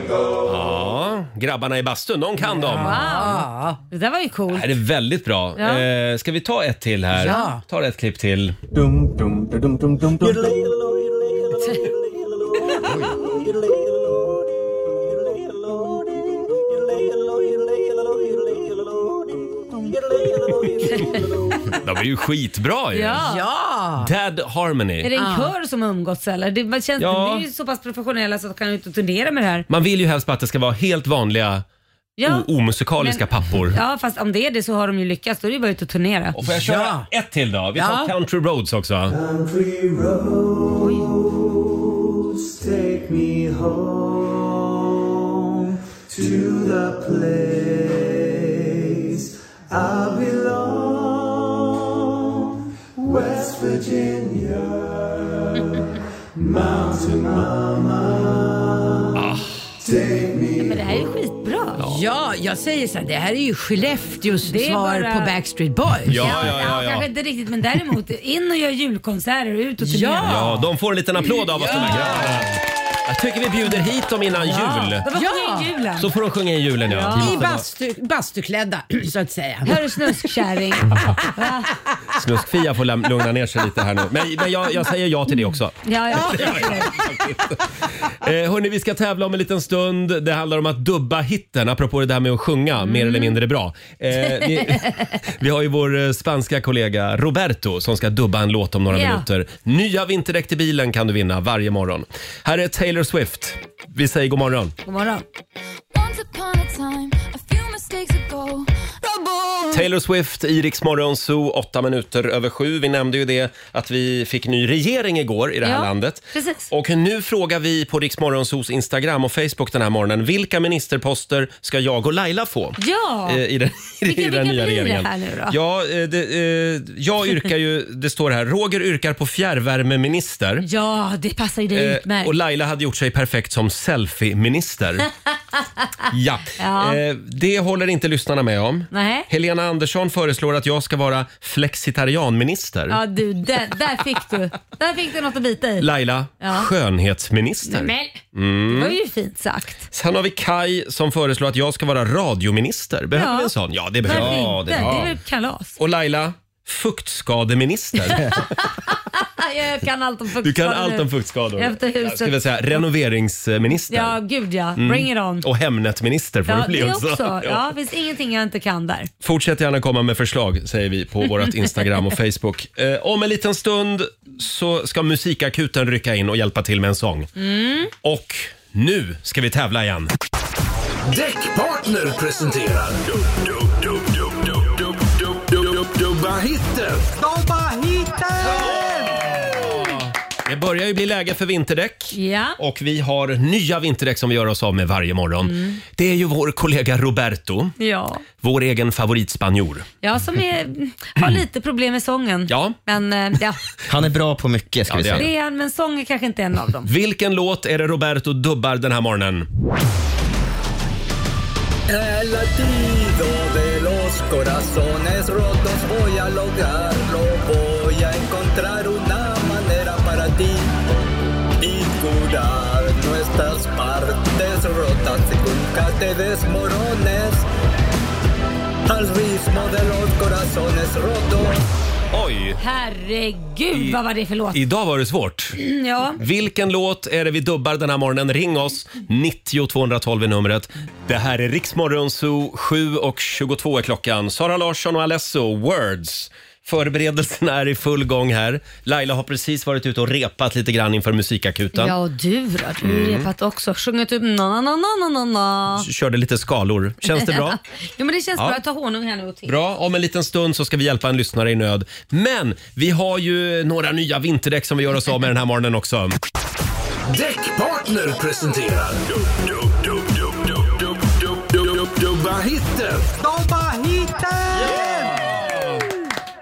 Ja, grabbarna i bastun, de kan dem. Wow. Det där var ju Det coolt. här är väldigt bra. Ja. Eh, ska vi ta ett till här? Ja. Ta ett klipp till. De är ju skitbra ju. Ja. Ja! Dad Harmony. Är det en kör som har umgåtts eller? Det man känns, Ja. De är ju så pass professionella så att de kan ju inte turnera med det här. Man vill ju helst på att det ska vara helt vanliga Ja. o- omusikaliska Men- pappor. ja, fast om det är det så har de ju lyckats. Då är det ju bara ut och turnera. Och får jag köra Ja. ett till då? Vi tar Ja. Country Roads också. Nej, men det här är ju skitbra. Ja, Ja, jag säger så här, det här är ju Skellefteås Det är svar bara- på Backstreet Boys. Ja, ja, ja. ja. Kanske inte riktigt, men däremot in och gör julkonserter och ut och Ja. turnera. Ja, de får en liten applåd av oss. de här grabbarna. Jag tycker vi bjuder hit dem innan jul. De var Ja. ja. julen. Så får de sjunga i julen ja. Vi I måste bastu, bastuklädda, så att säga. Hör du snuskkärring. Va? bara- Snusk-Fia får läm- lugna ner sig lite här nu. Men, men jag, jag säger ja till det också. Ja, ja. Eh, hörni, vi ska tävla om en liten stund. Det handlar om att dubba hitten, apropå det där med att sjunga mer Mm. eller mindre bra. Eh, vi, vi har ju vår eh, spanska kollega Roberto som ska dubba en låt om några Ja. minuter. Nya vinterdäck till bilen kan du vinna varje morgon. Här är Taylor Swift. Vi säger god morgon. God morgon. Once upon a time, a few mistakes ago. Taylor Swift, Iriks morgonzoo, åtta minuter över sju. Vi nämnde ju det att vi fick ny regering igår i det här Ja, landet. precis. Och nu frågar vi på Riks morgonzoos Instagram och Facebook den här morgonen, vilka ministerposter ska jag och Laila få? Ja. eh, i den, i Vilka- den vilka nya blir det regeringen. här nu då? Ja, eh, det, eh, jag yrkar ju, det står här, Roger yrkar på fjärrvärmeminister. Ja, det passar ju dig Eh, utmärkt. och Laila hade gjort sig perfekt som selfie-minister. ja. Ja. Eh, det håller inte lyssnarna med om. Nej. Helena Andersson föreslår att jag ska vara flexitarianminister. Ja du, där, där fick du. Där fick du något att bita i. Laila, Ja. skönhetsminister. Men, Mm. det var ju fint sagt. Sen har vi Kai som föreslår att jag ska vara radiominister. Behöver Ja. vi en sån? Ja, det behöver Varför vi. inte? Det är väl kalas. Och Laila, fuktskademinister. Ah, Jag kan allt om fuktskador. Du kan nu. allt om fuktskador. Efter huset. Jag skulle vilja säga renoveringsminister. Ja, gud ja. Mm. Bring it on. Och Hemnetminister får Ja, du det bli också. också. Ja, det finns ingenting jag inte kan där. Fortsätt gärna komma med förslag, säger vi på vårt Instagram och Facebook. Eh, om en liten stund så ska musikakuten rycka in och hjälpa till med en sång. Mm. Och nu ska vi tävla igen. Däckpartner presenterar... Dub, dub, dub, dub, dub, dub, dub, dub, dub, dubba hitten! Det börjar ju bli läge för vinterdäck. Ja. Och vi har nya vinterdäck som vi gör oss av med varje morgon. Mm. Det är ju vår kollega Roberto, Ja. vår egen favoritspanjor. ja, som är, har lite problem med sången. Ja. Men eh, ja, Han är bra på mycket ska Ja, vi det är säga. det är han, men sång är kanske inte en av dem. Vilken låt är det Roberto dubbar den här morgonen? El latido de los corazones rotos voy a lograrlo, voy a encontrar una manera para ti y curar nuestras partes rotas y nunca te desmorones al ritmo de los corazones rotos. Oj! Herregud, vad var det för låt? Mm, Idag var det svårt. Ja. Vilken låt är det vi dubbar den här morgonen? Ring oss! 90 212 är numret. Det här är Riksmorgon Zoo, 7.22 är klockan. Sara Larsson och Alesso, Words. Förberedelserna är i full gång här. Laila har precis varit ute och repat lite grann inför musikakuten. Ja, och du då? Du Mm. har repat också. Sjungit upp na na na na na na. Körde lite skalor. Känns det bra? Jo, men det känns Ja. bra. Ta honung här nu och till. Bra, om en liten stund så ska vi hjälpa en lyssnare i nöd. Men vi har ju några nya vinterdäck som vi gör oss av med den här morgonen också. Däckpartner presenterar... Dub, dub, dub, dub, dub, dub, dub, dub, dub, Dubba hitten! Dubba hitten!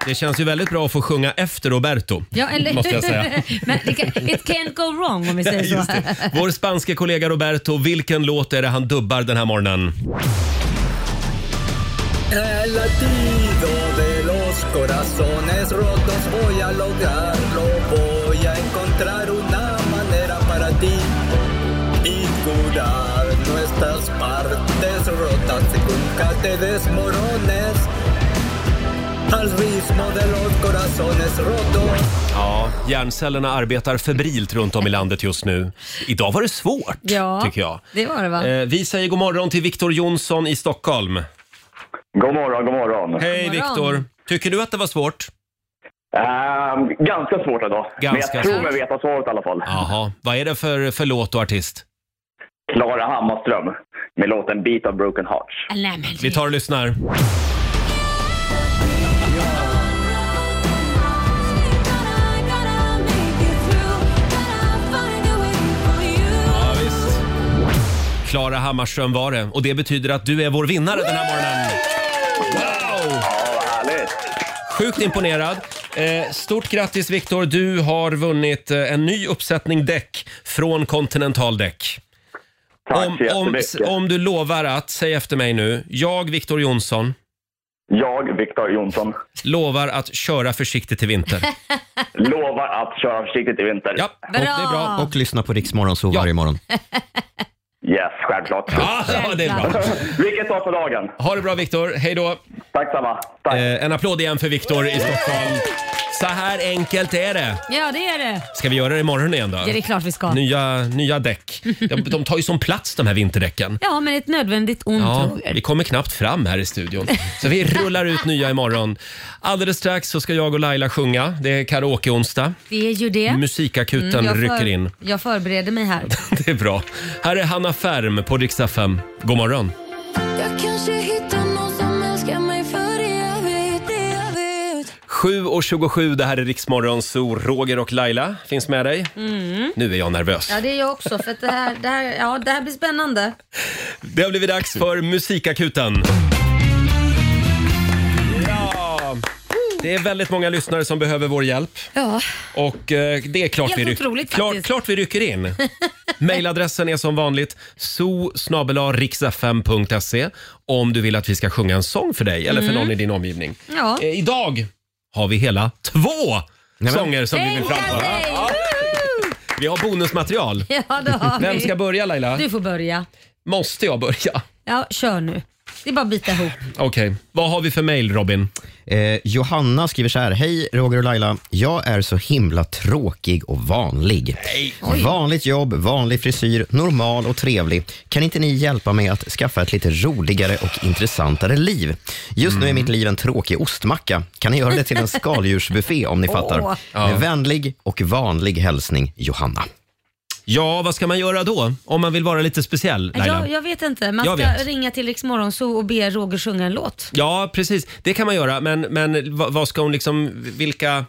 Det känns ju väldigt bra att få sjunga efter Roberto. Ja, eller Måste jag säga. men det kan, it can't go wrong om vi säger Just så. det. Vår spanske kollega Roberto, vilken låt är det han dubbar den här morgonen? El latido de los corazones rotos voy a lograrlo, voy a encontrar una manera para ti y curar nuestras partes rotas y nunca te desmorones al ritmo de los corazones rotos. Ja, hjärncellerna arbetar febrilt runt om i landet just nu. Idag var det svårt, Ja, tycker jag. det var det va? Eh, vi säger god morgon till Viktor Jonsson i Stockholm. God morgon, god morgon. Hej morgon. Viktor! Tycker du att det var svårt? Ehm, ganska svårt idag. Men Ganska jag tror svårt. mig veta svaret i alla fall. Jaha, vad är det för, för låt och artist? Klara Hammarström med låten Beat of Broken Hearts. Nej, men Vi tar och lyssnar. Ja, visst. Klara Hammarström var det och det betyder att du är vår vinnare den här morgonen. Wow! Ja, vad härligt. Sjukt imponerad. Eh, stort grattis Viktor, du har vunnit eh, en ny uppsättning däck från Continental Däck. Tack så Om, om, jättemycket. om du lovar att, säg efter mig nu, jag Viktor Jonsson Jag, Viktor Jonsson, lovar att köra försiktigt till vinter. lovar att köra försiktigt i vinter. Ja, och det är bra. Och lyssna på Rix Morgonzoo Ja. varje morgon. Yes, självklart. Ja, det är bra. Vilket dag på dagen. Ha det bra Viktor, hej då. Tack samma. Tack. Eh, en applåd igen för Viktor i Stockholm. Så här enkelt är det. Ja, det är det. Ska vi göra det imorgon igen då? Ja, det är klart vi ska. Nya, nya däck. De, de tar ju som plats de här vinterdäcken. Ja, men ett nödvändigt ont, Ja, Roger. vi kommer knappt fram här i studion. Så vi rullar ut nya imorgon. Alldeles strax så ska jag och Laila sjunga. Det är karaoke-onsdag. Det är ju det. Mm, Musikakuten jag rycker in. Jag förbereder mig här. Det är bra. Här är Hanna Färm på Rix FM. God morgon. Jag kanske hittar någon som älskar mig för evigt, för evigt 7.27, det här är Riksmorgon, så Roger och Laila finns med dig. Nu är jag nervös. Mm. Ja, det är jag också. För att det, här, det, här, ja, det här blir spännande. Det har blivit dags för Musikakuten. Ja. Det är väldigt många lyssnare som behöver vår hjälp. Ja, Och eh, det är klart, Helt vi, otroligt klart, faktiskt. klart vi rycker in. Mailadressen är som vanligt so.riksfm.se om du vill att vi ska sjunga en sång för dig eller för någon i din omgivning. Mm. Ja. Eh, idag har vi hela två sånger som vi vill Tänka framföra. sig! Ja. Vi har bonusmaterial. ja det har Vem vi. ska börja Laila? Du får börja. Måste jag börja? Ja, kör nu. Det är bara att bita ihop. Okej. Vad har vi för mail Robin? Eh, Johanna skriver så här. Hej Roger och Laila. Jag är så himla tråkig och vanlig. Vanligt jobb, vanlig frisyr, normal och trevlig. Kan inte ni hjälpa mig att skaffa ett lite roligare och intressantare liv? Just nu är mitt liv en tråkig ostmacka. Kan ni göra det till en skaldjursbuffé om ni fattar? Åh. Med vänlig och vanlig hälsning Johanna. Ja, vad ska man göra då? Om man vill vara lite speciell Laila? Jag, jag vet inte. Man Jag ska vet. ringa till Rix Morgonzoo och be Roger sjunga en låt. Ja, precis. Det kan man göra. Men, men vad, vad ska hon liksom, vilka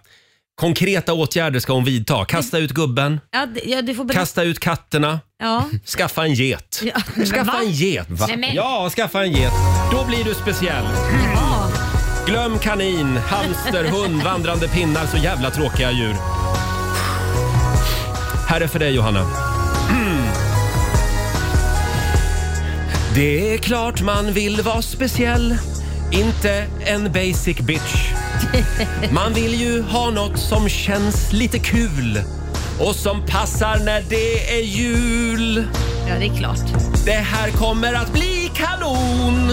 Konkreta åtgärder ska hon vidta. Kasta ut gubben, Ja, d- ja, du får berätta. kasta ut katterna, Ja. skaffa en get. Ja, men va? Skaffa en get! Va? Nej, men- Ja, skaffa en get. Då blir du speciell. Glöm kanin, hamster, hund, vandrande pinnar. Så jävla tråkiga djur. Här är för dig Johanna. Mm. Det är klart man vill vara speciell. Inte en basic bitch. Man vill ju ha något som känns lite kul och som passar när det är jul. Ja, det är klart. Det här kommer att bli kanon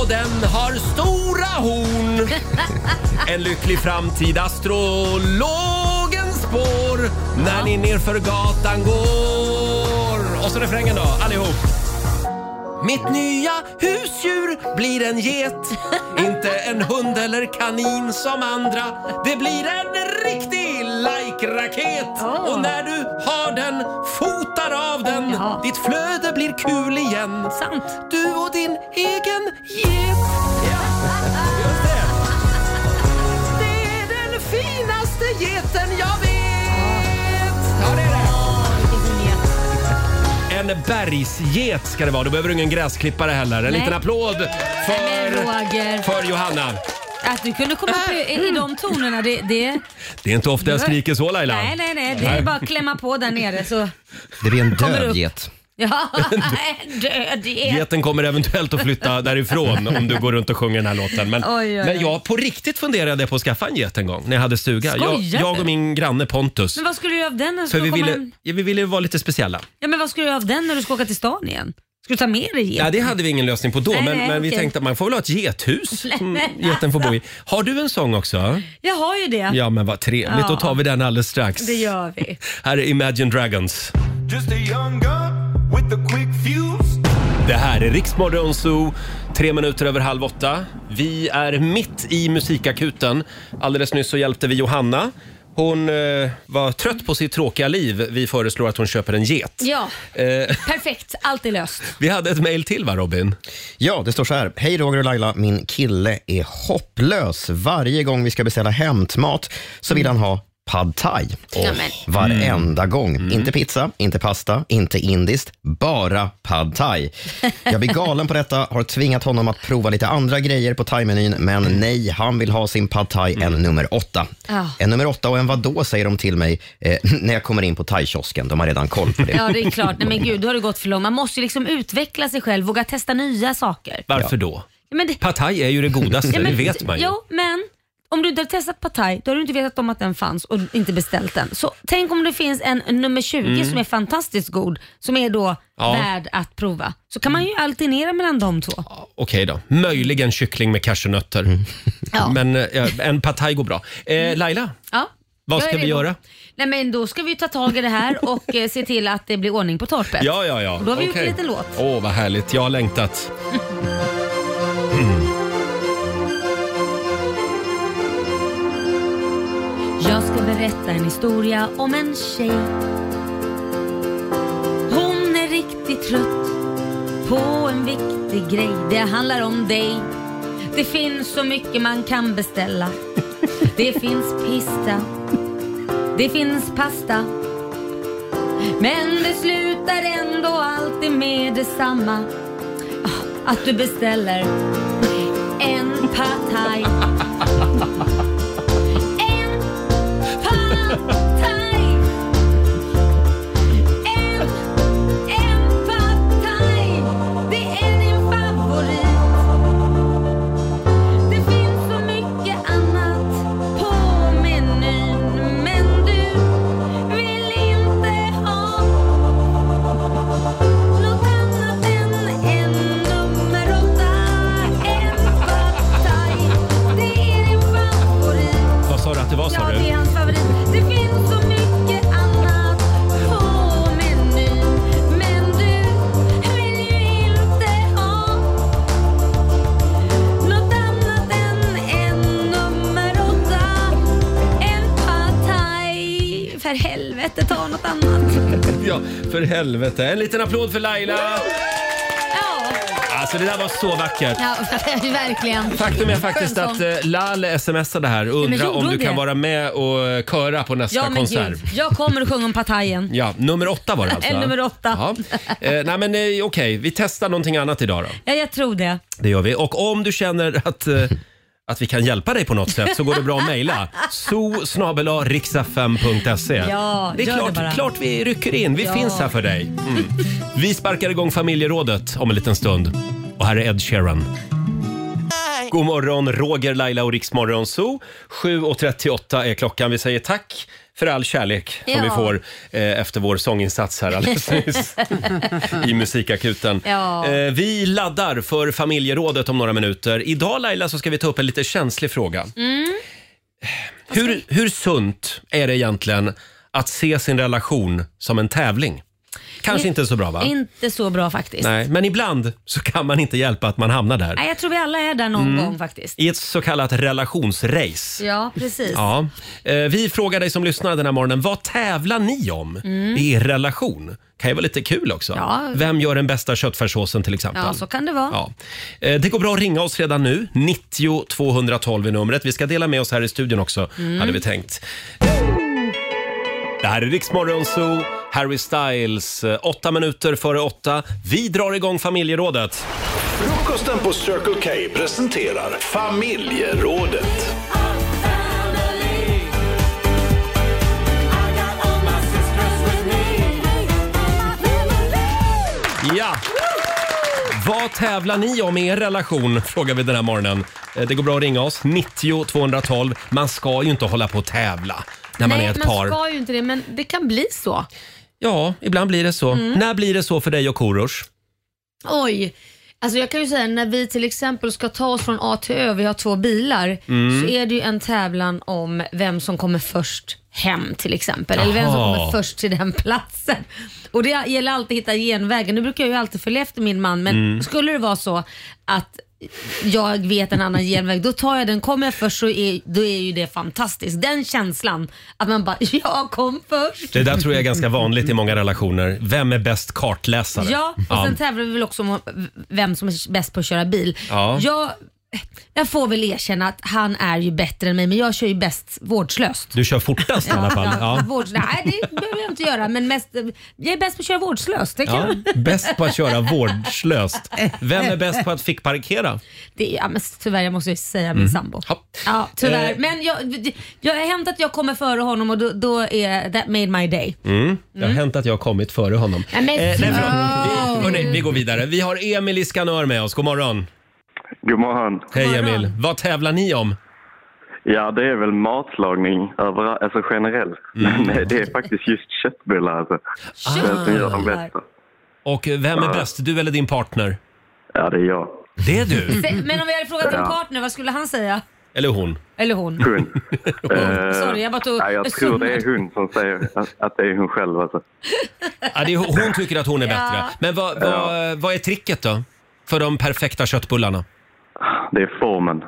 och den har stora horn. En lycklig framtid astrologen spår när ni nerför gatan går. Och så refrängen då, allihop. Mitt nya husdjur blir en get, inte en hund eller kanin som andra. Det blir en riktig like-raket och när du har den fotar av den. Ditt flöde blir kul igen. Sant. Du och din egen get. Just det. Det är den finaste geten jag vet. Ja, det är det. En bergsget ska det vara. Då behöver du ingen gräsklippare heller. En Nej. liten applåd Men för, Roger, för Johanna. att du kunde komma upp i, i de tonerna, det... det Det är inte ofta Mm. jag skriker så Laila. nej, nej, nej. Det är bara att klämma på där nere så... Det blir en Kommer död upp. get. Ja, död är... Geten kommer eventuellt att flytta därifrån om du går runt och sjunger den här låten. Men, Oj, oj, oj. men jag på riktigt funderade på att skaffa en get en gång när jag hade stuga. Skojar Jag, du? jag och min granne Pontus. Men vad skulle du göra av den när du För skulle vi komma ville, hem? ja, vi ville vara lite speciella. Ja, men vad skulle du göra av den när du ska åka till stan igen? Ska du ta med dig Ja, igen? det hade vi ingen lösning på då, Nej, men, nej, men vi okej. tänkte att man får väl ha ett gethus som men geten får bo i. Har du en sång också? Jag har ju det. Ja, men vad trevligt. Då tar vi den alldeles strax. Det gör vi. Här är Imagine Dragons. Just a young gun with a quick fuse. Det här är Riksmorgon Zoo, tre minuter över halv åtta. Vi är mitt i musikakuten. Alldeles nyss så hjälpte vi Johanna. Hon eh, var trött på sitt tråkiga liv. Vi föreslår att hon köper en get. Ja, Eh, perfekt. Allt är löst. vi hade ett mejl till va, Robin? Ja, det står så här. Hej Roger och Laila, min kille är hopplös. Varje gång vi ska beställa hämtmat så vill han ha pad thai. Nämen. Varenda gång. Inte pizza, inte pasta, inte indiskt, bara pad thai. Jag blir galen på detta, har tvingat honom att prova lite andra grejer på thaimenyn, men nej, han vill ha sin pad thai, en nummer åtta. Ja. En nummer åtta och en vadå, säger de till mig eh, när jag kommer in på thaikiosken. De har redan koll på det. Ja, det är klart. Nej, men gud, då har det gått för långt. Man måste ju liksom utveckla sig själv, våga testa nya saker. Varför då? Ja, men det, Pad thai är ju det godaste, ja, men, det vet man ju. Jo, men om du inte har testat Pad Thai, då har du inte vetat om att den fanns och inte beställt den. Så tänk om det finns en nummer 20 som är fantastiskt god, som är då Mm. Ja. värd att prova. Så kan man ju alternera mellan de två. Okej då. Möjligen kyckling med cashewnötter. Mm. Ja. Mm. Men eh, en pad thai går bra. Eh, Laila, Ja. vad Jag är ska vi redo. göra? Nej, men då ska vi ta tag i det här och eh, se till att det blir ordning på torpet. Ja, ja, ja. Och då har vi gjort Okej. en liten låt. Åh, vad härligt. Jag har längtat. Jag ska berätta en historia om en tjej. Hon är riktigt trött på en viktig grej. Det handlar om dig. Det finns så mycket man kan beställa. Det finns pista. Det finns pasta. Men det slutar ändå alltid med detsamma. Ah, Att du beställer en pad thai. En Pad Thai. En, en Pad Thai. Det är din favorit. Det finns så mycket annat på menyn, men du vill inte ha något annat än en nummer åtta. En Pad Thai. Det är din favorit. Vad sa du att det var, sa Ja, du? det är hans favorit. Det finns så mycket annat på menyn. Men du vill ju inte ha något annat än en nummer åtta. En pad thai. För helvete, ta något annat. Ja, för helvete. En liten applåd för Laila. Ja, Ja, Alltså det där var så vackert. Ja, verkligen. Faktum är faktiskt att eh, Lale smsade här och men undrar gjorde om du hon kan det? vara med och eh, köra på nästa Ja, men konsert. gud. Jag kommer och sjunger om partajen. Ja, nummer åtta var det alltså. Eller nummer åtta. Ja. Eh, nej men eh, okej, vi testar någonting annat idag då. Ja, jag tror det. Det gör vi. Och om du känner att, eh, att vi kan hjälpa dig på något sätt så går det bra att mejla. so riksfm.se Ja, Det är gör det klart, bara. klart vi rycker in. Vi Ja. finns här för dig. Mm. Vi sparkar igång familjerådet om en liten stund. Och här är Ed Sheeran. God morgon, Roger, Laila och Riksmorgon Zoo. 7.38 är klockan. Vi säger tack för all kärlek som Ja. vi får eh, efter vår sånginsats här alldeles nyss i musikakuten. Ja. Eh, vi laddar för familjerådet om några minuter. Idag Laila så ska vi ta upp en lite känslig fråga. Mm. Hur, hur sunt är det egentligen att se sin relation som en tävling? Kanske Det- inte så bra va? Inte så bra faktiskt. Nej, men ibland så kan man inte hjälpa att man hamnar där. Nej, jag tror vi alla är där någon Mm. gång faktiskt. I ett så kallat relationsrace. Ja, precis. Ja. Eh, Vi frågar dig som lyssnar den här morgonen, vad tävlar ni om Mm. i er relation? Kan ju vara lite kul också. Ja. Vem gör den bästa köttfärssåsen till exempel? Ja, så kan det vara. Ja. Eh, Det går bra att ringa oss redan nu. 90 212 är numret. Vi ska dela med oss här i studion också, Mm. hade vi tänkt. Det här är Riksmorgon Zoo, Harry Styles, eh, åtta minuter före åtta. Vi drar igång familjerådet. Frukosten på Circle K presenterar familjerådet. Ja! Vad tävlar ni om i er relation? Frågar vi den här morgonen. Eh, Det går bra att ringa oss. 90 212. Man ska ju inte hålla på och tävla när man Nej, är ett man par. ska ju inte det, men det kan bli så. Ja, ibland blir det så. Mm. När blir det så för dig och Korosh? Oj. Alltså jag kan ju säga när vi till exempel ska ta oss från A till Ö, vi har två bilar, Mm. så är det ju en tävlan om vem som kommer först hem till exempel. Eller vem som Jaha. kommer först till den platsen. Och det gäller alltid att hitta genvägen. Nu brukar jag ju alltid följa efter min man, men Mm. skulle det vara så att jag vet en annan genväg, då tar jag den. Kommer jag först så är, då är ju det fantastiskt. Den känslan, att man bara, jag kom först. Det där tror jag är ganska vanligt i många relationer. Vem är bäst kartläsare? Ja, och sen tävlar vi väl också om vem som är bäst på att köra bil. Ja. Jag, jag får väl erkänna att han är ju bättre än mig, men jag kör ju bäst vårdslöst. Du kör fortast i alla fall. Ja. Vård, nej, det behöver jag inte göra, men mest, jag är bäst på att köra vårdslöst. Det, Ja, kan, bäst på att köra vårdslöst. Vem är bäst på att fick parkera? det, är- ja, men tyvärr, jag måste ju säga min Mm. sambo. Ja, tyvärr. Eh. Men jag, jag har hänt att jag kommer före honom och då, då är that made my day. Mm. Eh. Det har Mm. hänt att jag har kommit före honom. Nej, men nej, förlåt. sluta. vi, hörni, vi går vidare. Vi har Emil i Skanör med oss. God morgon. God morgon. Hej Emil. Vad tävlar ni om? Ja, det är väl matlagning överallt, alltså generellt. Men det är faktiskt just köttbullar alltså. Den som gör de bästa. Och vem är bäst, du eller din partner? Ja, det är jag. Det är du? Se- Men om vi hade frågat din Ja. partner, vad skulle han säga? Eller hon. Eller hon? Hund. Eh, Sorry, jag bara tog- nej, jag jag tror det zoomade. är hon som säger att, att det är hon själv alltså. Ja, det är, hon tycker att hon är Ja. bättre. Men vad, vad, vad är tricket då? För de perfekta köttbullarna? Det är formen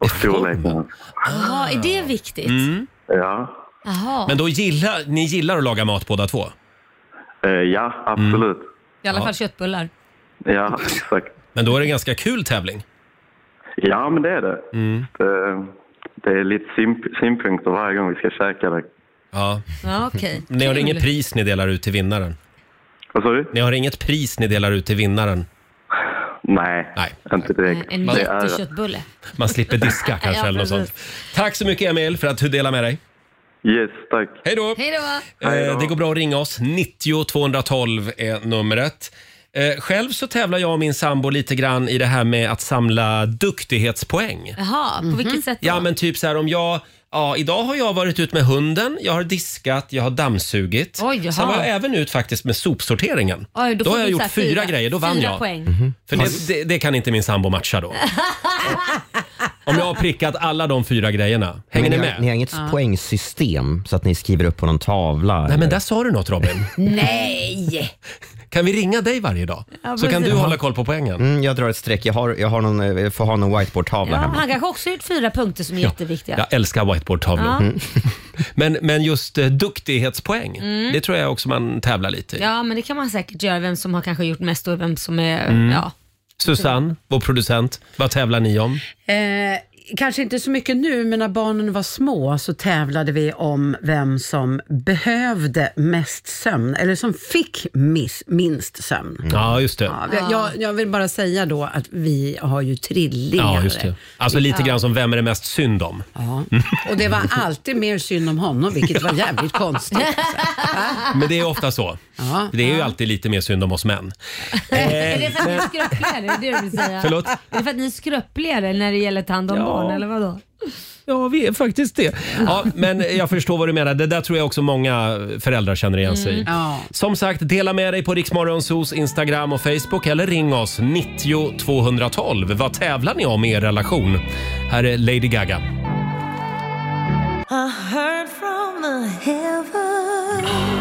och storleken. Jaha, är det viktigt? Mm. Ja, Jaha. Men då gillar, ni gillar att laga mat båda två? Eh, ja absolut. I alla Ja. fall köttbullar. Ja, exakt. Men då är det en ganska kul tävling. Ja, men det är det. Det, det är lite syn- synpunkter varje gång vi ska käka det. Ja. Ja, okej. Ni har Mm. Kul. inget pris ni delar ut till vinnaren? Vad sa du? Ni har inget pris ni delar ut till vinnaren? Nej, Nej. inte direkt. Eh, En Det är- jätteköttbulle. Man slipper diska kanske Ja, eller något sånt. precis. Tack så mycket Emil för att du delar med dig. Yes, tack. Hej då! Hej då! Eh, det går bra att ringa oss. 90 212 är numret. Eh, själv så tävlar jag och min sambo lite grann i det här med att samla duktighetspoäng. Jaha, på vilket sätt då? Ja men typ så här om jag Ja, idag har jag varit ut med hunden, jag har diskat, jag har dammsugit. Oj, jaha. Sen var jag även ut faktiskt med sopsorteringen. Oj, då har får jag du gjort så här fyra, fyra- grejer, då vann fyra jag. Mhm. poäng. För det, det, det kan inte min sambo matcha då. Om jag har prickat alla de fyra grejerna. Men Hänger ni ni, med? har, ni har inget Ja. poängsystem så att ni skriver upp på någon tavla? Nej, men där sa du något Robin. Nej! Kan vi ringa dig varje dag? Ja, så kan precis. du hålla koll på poängen. Mm, jag drar ett streck. Jag, har, jag har någon, eh, får ha någon whiteboardtavla Ja, hemma. han kanske också har gjort fyra punkter som är jätteviktiga. Jag älskar whiteboardtavlor. Ja. Mm. Men, men just eh, duktighetspoäng, Mm. det tror jag också man tävlar lite i. Ja, men det kan man säkert göra. Vem som har kanske gjort mest och vem som är... Mm. Ja. Susanne, vår producent, vad tävlar ni om? Eh, kanske inte så mycket nu, men när barnen var små så tävlade vi om vem som behövde mest sömn, eller som fick miss, minst sömn. Ja, just det. Ja, jag- jag, jag vill bara säga då att vi har ju trillingar. Ja, just det. Alltså lite Ja. grann som Vem är det mest synd om? Och det var alltid mer synd om honom, vilket var jävligt konstigt. Men det är ofta så. Ja. Det är ju alltid lite mer synd om oss män. Eh, Är det för att ni är skröpligare? Är det det du vill säga? Förlåt? Är det för att ni är skröpligare när det gäller att ta hand om Ja. barn eller vadå? Ja, vi är faktiskt det. Ja, men jag förstår vad du menar. Det där tror jag också många föräldrar känner igen sig i. Mm. Ja. Som sagt, dela med dig på Riksmorgonsos Instagram och Facebook eller ring oss 90 212. Vad tävlar ni om i er relation? Här är Lady Gaga. I heard from the heaven.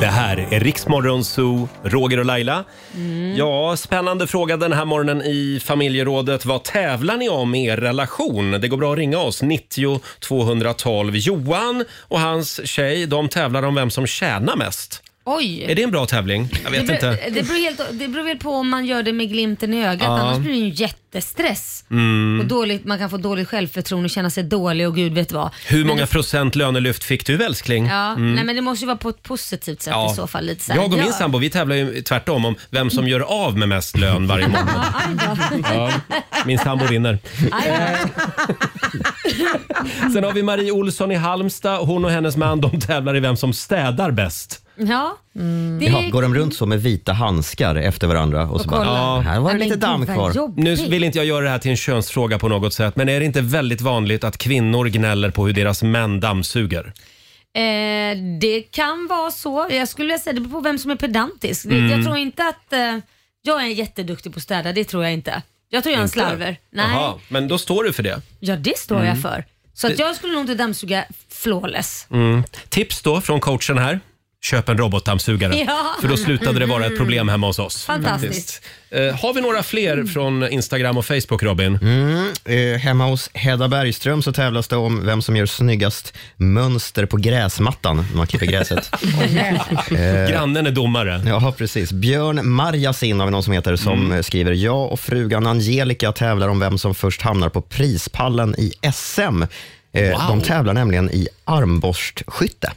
Det här är Riksmorgonso, Roger och Laila. Mm. Ja, spännande fråga den här morgonen i familjerådet. Vad tävlar ni om i er relation? Det går bra att ringa oss, 90 212. Johan och hans tjej, de tävlar om vem som tjänar mest. Oj! Är det en bra tävling? Jag vet det, eh, inte. beror, det, beror helt, det beror väl på om man gör det med glimten i ögat, Ja. annars blir det ju en jättestress. Mm. Och dåligt, man kan få dåligt självförtroende och känna sig dålig och gud vet vad. Hur Men många det- procent lönelyft fick du älskling? Ja, Mm. nej, men det måste ju vara på ett positivt sätt Ja. i så fall. Lite så här, Jag och min ja. sambo vi tävlar ju tvärtom om vem som gör av med mest lön varje månad. Ja, min sambo vinner. Sen har vi Marie Olsson i Halmstad. Hon och hennes man de tävlar i vem som städar bäst. Ja. Mm. Det Ja, går de runt så med vita handskar efter varandra och så bara, kollar. ja, här var det Nej, lite men damm gud, vad kvar. jobbigt. Nu vill inte jag göra det här till en könsfråga på något sätt, men är det inte väldigt vanligt att kvinnor gnäller på hur deras män dammsuger? Eh, det kan vara så. Jag skulle vilja säga det beror på vem som är pedantisk. Det, Mm. Jag tror inte att eh, jag är jätteduktig på att städa, det tror jag inte. Jag tror jag är en Inte? slarver. Nej, Jaha, men då står du för det. ja det står Mm. jag för. Så att Det- jag skulle nog inte dammsuga flawless. Mm. Tips då från coachen här. Köp en robotdammsugare. Ja. För då slutade det vara ett problem hemma hos oss. Fantastiskt. faktiskt. Eh, har vi några fler från Instagram och Facebook, Robin? Mm, eh, hemma hos Hedda Bergström så tävlas det om vem som gör snyggast mönster på gräsmattan när man klipper gräset. Eh. Grannen är domare. Ja, precis. Björn Marjasin har vi någon som heter som eh, skriver Jag och frugan Angelica tävlar om vem som först hamnar på prispallen i SM. Eh, Wow. De tävlar nämligen i armborstskytte.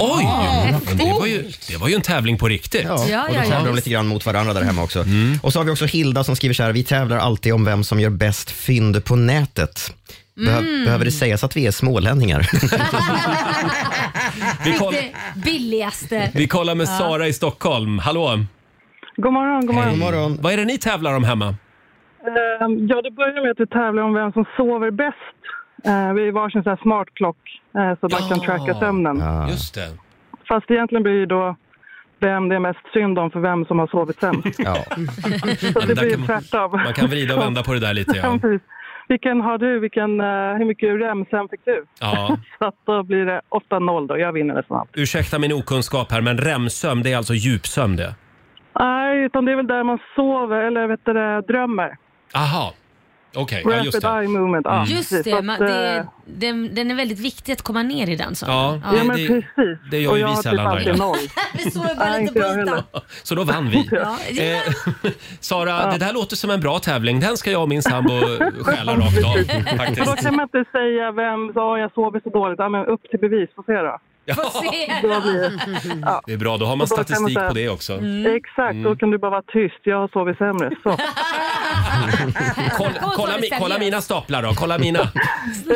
Oj! Ja. Men det, var ju, det var ju en tävling på riktigt. Ja, och då tävlar de lite grann mot varandra där hemma också. Och så har vi också Hilda som skriver så här, vi tävlar alltid om vem som gör bäst fynd på nätet. Behö- Mm. Behöver det sägas att vi är smålänningar? Vi, koll, Det billigaste. vi kollar med Ja. Sara i Stockholm. Hallå! God morgon, god morgon. Vad är det ni tävlar om hemma? Ehm, Ja, det började med att vi tävlade om vem som sover bäst. Eh, Vi har varsin sån här smart klock eh, så att man kan tracka sömnen. Just det. Fast egentligen blir det ju då vem det är mest synd om för vem som har sovit sämst. Ja. Så det där blir kan man- tvärtom. Man kan vrida och vända på det där lite. Ja, Ja. precis. Vilken har du? Vilken, eh, hur mycket remsömn fick du? Ja. Så att då blir det 8-0 då. Jag vinner nästan allt. Ursäkta min okunskap här, men REM-sömn det är alltså djupsömn det? Nej, utan det är väl där man sover, eller vet du, det, drömmer. Aha. Okej, ja, just Rapid det. Mm. eye movement. Ja, Just precis. Så det, att, man, eh, det den, den är väldigt viktig att komma ner i den. Så. Ja, det- Ja, men det- precis. det gör ju och vi jag har sällan, typ alltid Laila. noll. Vi såg bara lite på ytan. Så då vann vi. Ja, ja. Eh, Sara, det där låter som en bra tävling. Den ska jag och min sambo stjäla rakt av. Och då Faktiskt. kan man inte säga vem som jag sover så dåligt. Ja, men upp till bevis, få se då. Få se Då blir det. Ja. Det är bra, då har man Och då kan statistik säga- på det också. Mm. Mm. Exakt, Mm. då kan du bara vara tyst. Jag har sovit sämre. Så. Kolla, kolla, mi- kolla mina staplar då, kolla mina.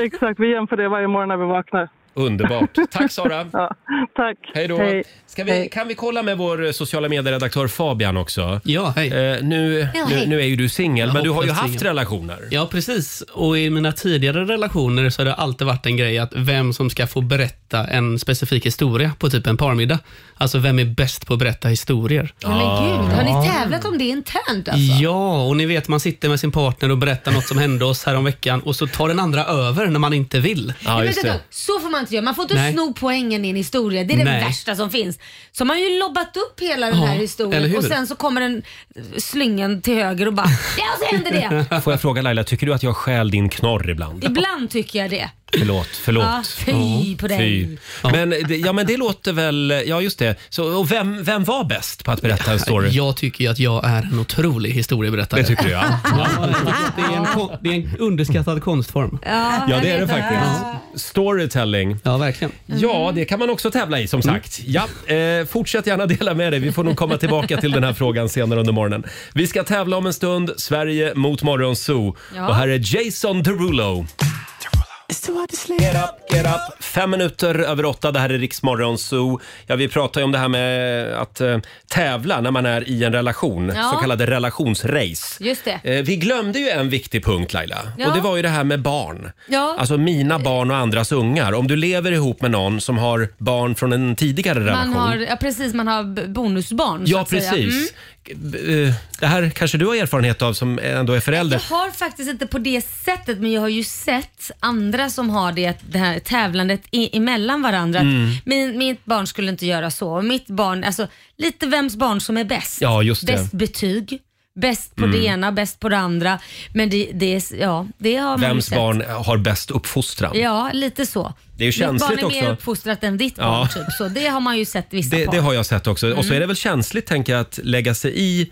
Exakt, vi jämför det varje morgon när vi vaknar. Underbart. Tack Sara. Ja, tack. Hej då. Hej. Ska vi, kan vi kolla med vår eh, sociala medieredaktör Fabian också? Ja, hej. Eh. nu, Ja, nu, hej. nu är ju du singel, Jag men du har ju hoppas haft singel. relationer. Ja, precis. Och i mina tidigare relationer så har det alltid varit en grej att vem som ska få berätta en specifik historia på typ en parmiddag. Alltså, vem är bäst på att berätta historier? Men gud, har ni tävlat om det internt alltså? Ja, och ni vet man sitter med sin partner och berättar något som hände oss häromveckan och så tar den andra över när man inte vill. Nej, men vänta, så får man inte göra. Man får inte Nej. sno poängen i en historia. Det är Nej. det värsta som finns. Så man har ju lobbat upp hela den Ja, här eller historien hur? och sen så kommer den slyngen till höger och bara ja, så händer det. Får jag fråga Laila, tycker du att jag stjäl din knorr ibland? Ibland tycker jag det. Förlåt, förlåt. Ja, fy på dig. Men, det- ja, men det låter väl... Ja, just det. Så, och vem, vem var bäst på att berätta en story? Jag tycker ju att jag är en otrolig historieberättare. Det tycker du, ja. det, är en, kon- det är en underskattad konstform. Ja, Ja, det är det faktiskt. Storytelling. Ja, verkligen. Mm. Ja, det kan man också tävla i som sagt. Ja, eh, fortsätt gärna dela med dig. Vi får nog komma tillbaka till den här frågan senare under morgonen. Vi ska tävla om en stund. Sverige mot Morgonzoo. Ja. Och här är Jason Derulo. Get up, get up. Fem minuter över åtta, det här är Riks Morgonzoo. Ja, vi pratar ju om det här med att eh, tävla när man är i en relation, Ja. så kallade relationsrace. Just det. Eh, Vi glömde ju en viktig punkt Laila Ja. och det var ju det här med barn. Ja. Alltså mina barn och andras ungar. Om du lever ihop med någon som har barn från en tidigare relation. Man har, ja, precis, man har b- bonusbarn. så ja, att Säga. Mm. precis. B- eh, Det här kanske du har erfarenhet av som ändå är förälder. Jag har faktiskt inte på det sättet men jag har ju sett andra som har det, att det här tävlandet i, emellan varandra. att Mm. Min, mitt barn skulle inte göra så. och Mitt barn, alltså lite vems barn som är bäst. Ja, just det. Bäst betyg. Bäst på Mm. det ena, bäst på det andra. Men det, det, är s- ja, det har man ju Vems sett. barn har bäst uppfostran? Ja, lite så. Det är ju känsligt Mitt barn är mer också. uppfostrat än ditt Ja. barn. Typ. Så det har man ju sett i vissa Det, par. det har jag sett också. Och så Mm. är det väl känsligt tänker jag att lägga sig i